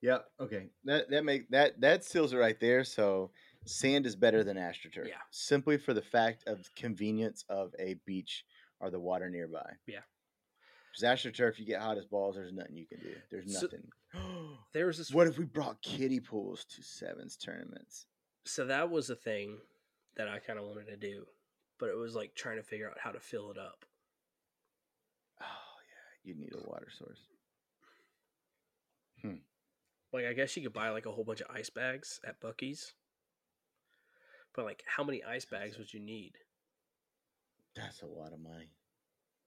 C: Yep. Okay. That that make that that seals it right there. So sand is better than astroturf.
B: Yeah.
C: Simply for the fact of convenience of a beach or the water nearby.
B: Yeah.
C: Because astroturf, you get hot as balls. There's nothing you can do. There's
B: So-
C: nothing.
B: There was this
C: what if we brought kiddie pools to sevens tournaments?
B: so that was a thing that I kind of wanted to do, but it was like trying to figure out how to fill it up.
C: Oh yeah, you need a water source.
B: Like I guess you could buy like a whole bunch of ice bags at Bucky's, but like how many ice bags would you need?
C: That's a lot of money.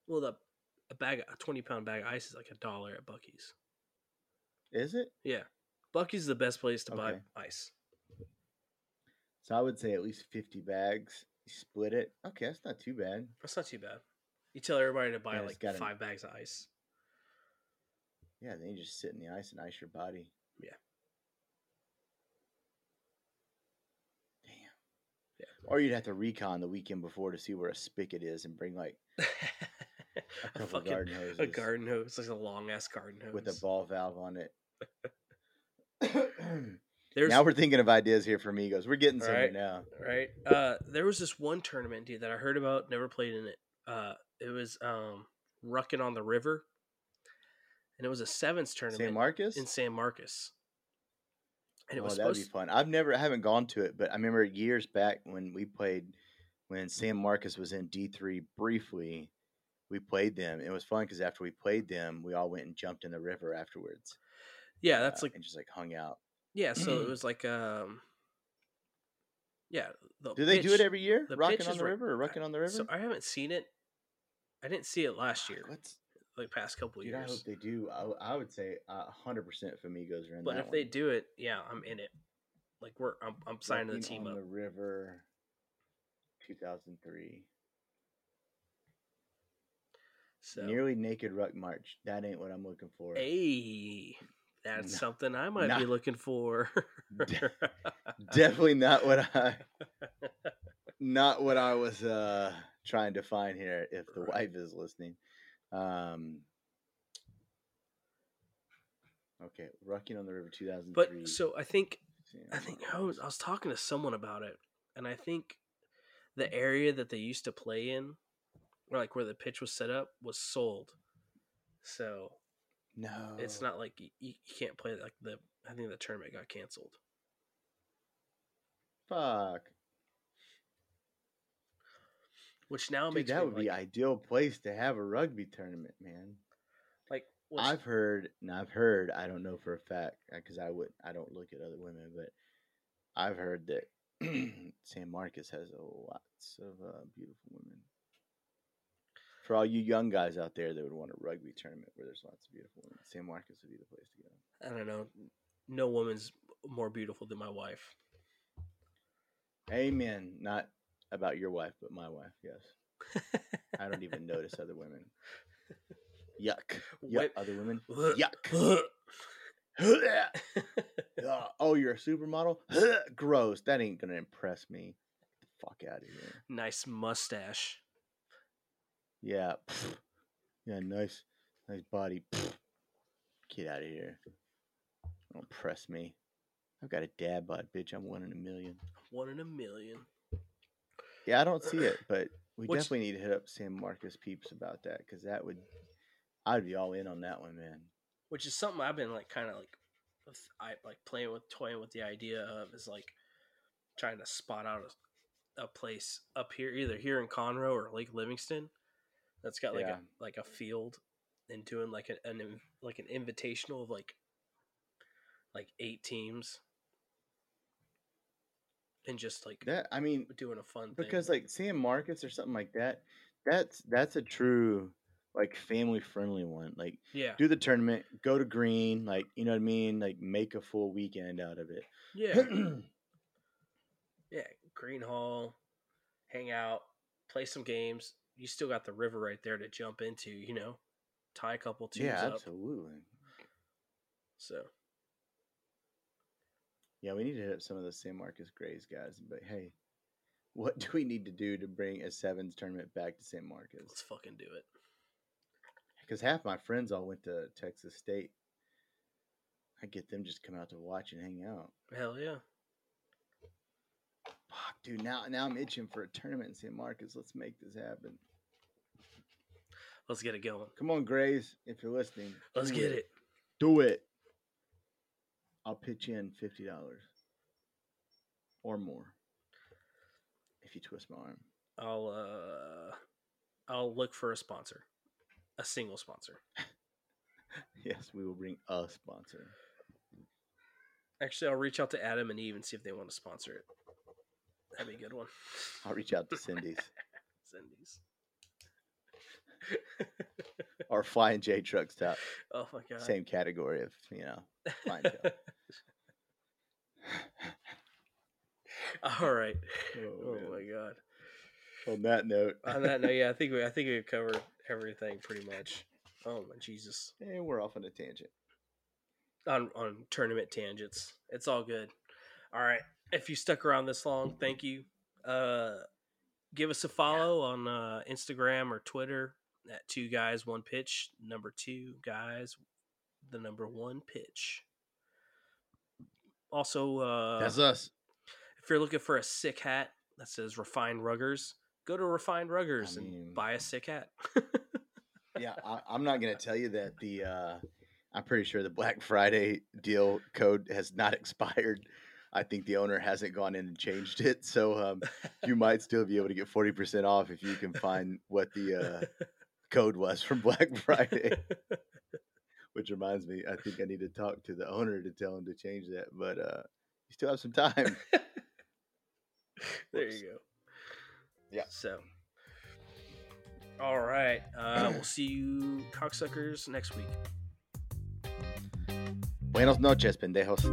B: Well, the a bag, a twenty pound bag of ice is like a dollar at Bucky's.
C: Is it?
B: Yeah, Bucky's is the best place to buy
C: Okay.
B: ice.
C: So I would say at least fifty bags. You split it. Okay, that's not too bad.
B: That's not too bad. You tell everybody to buy
C: Yeah, it's
B: like
C: gotta-
B: five bags of ice.
C: Yeah, then you just sit in the ice and ice your body.
B: Yeah.
C: Damn.
B: Yeah.
C: Or you'd have to recon the weekend before to see where a spigot is and bring like a
B: a
C: couple
B: fucking
C: garden hoses
B: a garden hose, like a long ass garden hose
C: with a ball valve on it.
B: There's
C: now we're thinking of ideas here for Migos. We're getting somewhere
B: Alright.
C: now.
B: right? Uh, there was this one tournament, dude, that I heard about, never played in it. Uh, it was um, Ruckin on the River, and it was a sevens tournament
C: St. Marcus?
B: in San Marcos. And it
C: oh,
B: was
C: that'd
B: supposed
C: be fun. I've never, I haven't gone to it, but I remember years back when we played, when San Marcos was in D three briefly, we played them. It was fun because after we played them, we all went and jumped in the river afterwards.
B: yeah, that's
C: uh,
B: like
C: and just like hung out.
B: yeah. So
C: Mm-hmm.
B: it was like um, yeah. The
C: Do they do it
B: pitch-
C: every year?
B: the
C: Rocking
B: pitch
C: on
B: is
C: the
B: ri-
C: river or rocking on the river?
B: So I haven't seen it. I didn't see it last year,
C: What's
B: like past couple
C: dude? I
B: years.
C: hope they do. I, I would say uh, hundred percent Famigos are in
B: But
C: that
B: if they
C: one.
B: do it, yeah, I'm in it. Like we're, I'm, I'm signing the
C: Rocking
B: team
C: on
B: up.
C: the river, two thousand three.
B: so
C: Nearly naked ruck march. That ain't what I'm looking for.
B: Hey, that's
C: Nah.
B: something I might
C: Nah.
B: be looking for.
C: De- Definitely not what I not what I was uh trying to find here if the
B: Right.
C: wife is listening. Um Okay, Rucking on the River 2003.
B: but so I think
C: San
B: I think I
C: Marcos.
B: was, I was talking to someone about it, and I think the area that they used to play in, or like where the pitch was set up, was sold. So
C: no.
B: it's not like you, you can't play like the. I think the tournament got canceled.
C: fuck.
B: Which now
C: Dude,
B: makes
C: that
B: me
C: would be
B: like,
C: ideal place to have a rugby tournament, man.
B: like which,
C: I've heard, and I've heard, I don't know for a fact because I would, I don't look at other women, but I've heard that San Marcos has lots of uh, beautiful women. For all you young guys out there that would want a rugby tournament where there's lots of beautiful women, San Marcos would be the place to go.
B: I don't know. No woman's more beautiful than my wife.
C: Amen. Not about your wife, but my wife. Yes, I don't even notice other women. Yuck. Yuck.
B: Wait.
C: Other women.
B: Ugh.
C: Yuck. Ugh, oh, you're a supermodel? Gross. That ain't gonna impress me. Get the fuck out of here.
B: nice mustache.
C: Yeah. pff. Yeah, nice, nice body. pff. Get out of here. Don't impress me. I've got a dad bod, bitch. I'm one in a million.
B: One in a million.
C: Yeah, I don't see it, but we
B: What's-
C: definitely need to hit up Sam Marcus Peeps about that because that would, I'd be all in on that one, man.
B: which is something I've been like kind of like with- I like playing with toying with the idea of is like trying to spot out a, a place up here either here in Conroe or Lake Livingston that's got like
C: Yeah.
B: a like a field and doing like an, an in- like an invitational of like like eight teams and just like
C: That I mean,
B: doing a fun thing
C: because like Sam Marcus or something like that, that's that's a true like family friendly one. Like
B: yeah
C: do the tournament, go to green, like you know what I mean, like make a full weekend out of it.
B: yeah Yeah, Green Hall, hang out, play some games. You still got the river right there to jump into, you know, tie a couple teams
C: yeah,
B: up.
C: absolutely.
B: So
C: Yeah, we need to hit up some of those San Marcos Grays guys. But hey, what do we need to do to bring a sevens tournament back to San
B: let's
C: Marcos?
B: fucking do it.
C: Because half my friends all went to Texas State. I get them just come out to watch and hang out.
B: Hell yeah.
C: Fuck, dude. Now, now I'm itching for a tournament in San Marcos. Let's make this happen.
B: Let's get it going.
C: Come on, Grays, if you're listening.
B: Let's
C: do
B: get it.
C: Do it. I'll pitch in fifty dollars or more if you twist my arm.
B: I'll uh I'll look for a sponsor. A single sponsor.
C: Yes, we will bring a sponsor.
B: Actually, I'll reach out to Adam and Eve and see if they want to sponsor it. That'd be a good one.
C: I'll reach out to Cindy's
B: Cindy's.
C: or Flying J Truck Stop.
B: Oh my god.
C: Same category of you know. fine, Joe.
B: All right.
C: Oh,
B: Oh
C: man.
B: my god.
C: On that note,
B: On that note, yeah, I think we I think we've covered everything pretty much. Oh my Jesus.
C: and we're off on a tangent.
B: on on tournament tangents. It's all good. All right. If you stuck around this long, thank you. Uh give us a follow on uh Instagram or Twitter at two guys one pitch, number two guys the number one pitch. Also uh
C: us.
B: if you're looking for a sick hat that says refined ruggers, go to refined ruggers
C: mean-
B: and buy a sick hat.
C: yeah, I, I'm not gonna tell you that the. uh I'm pretty sure the Black Friday deal code has not expired. I think the owner hasn't gone in and changed it, so um, you might still be able to get 40% off if you can find what the uh, code was from Black Friday. Which reminds me, I think I need to talk to the owner to tell him to change that. But uh, you still have some time.
B: there
C: Whoops.
B: you go.
C: Yeah.
B: So, all right. Uh, we'll see you cocksuckers next week.
C: Buenos noches, pendejos.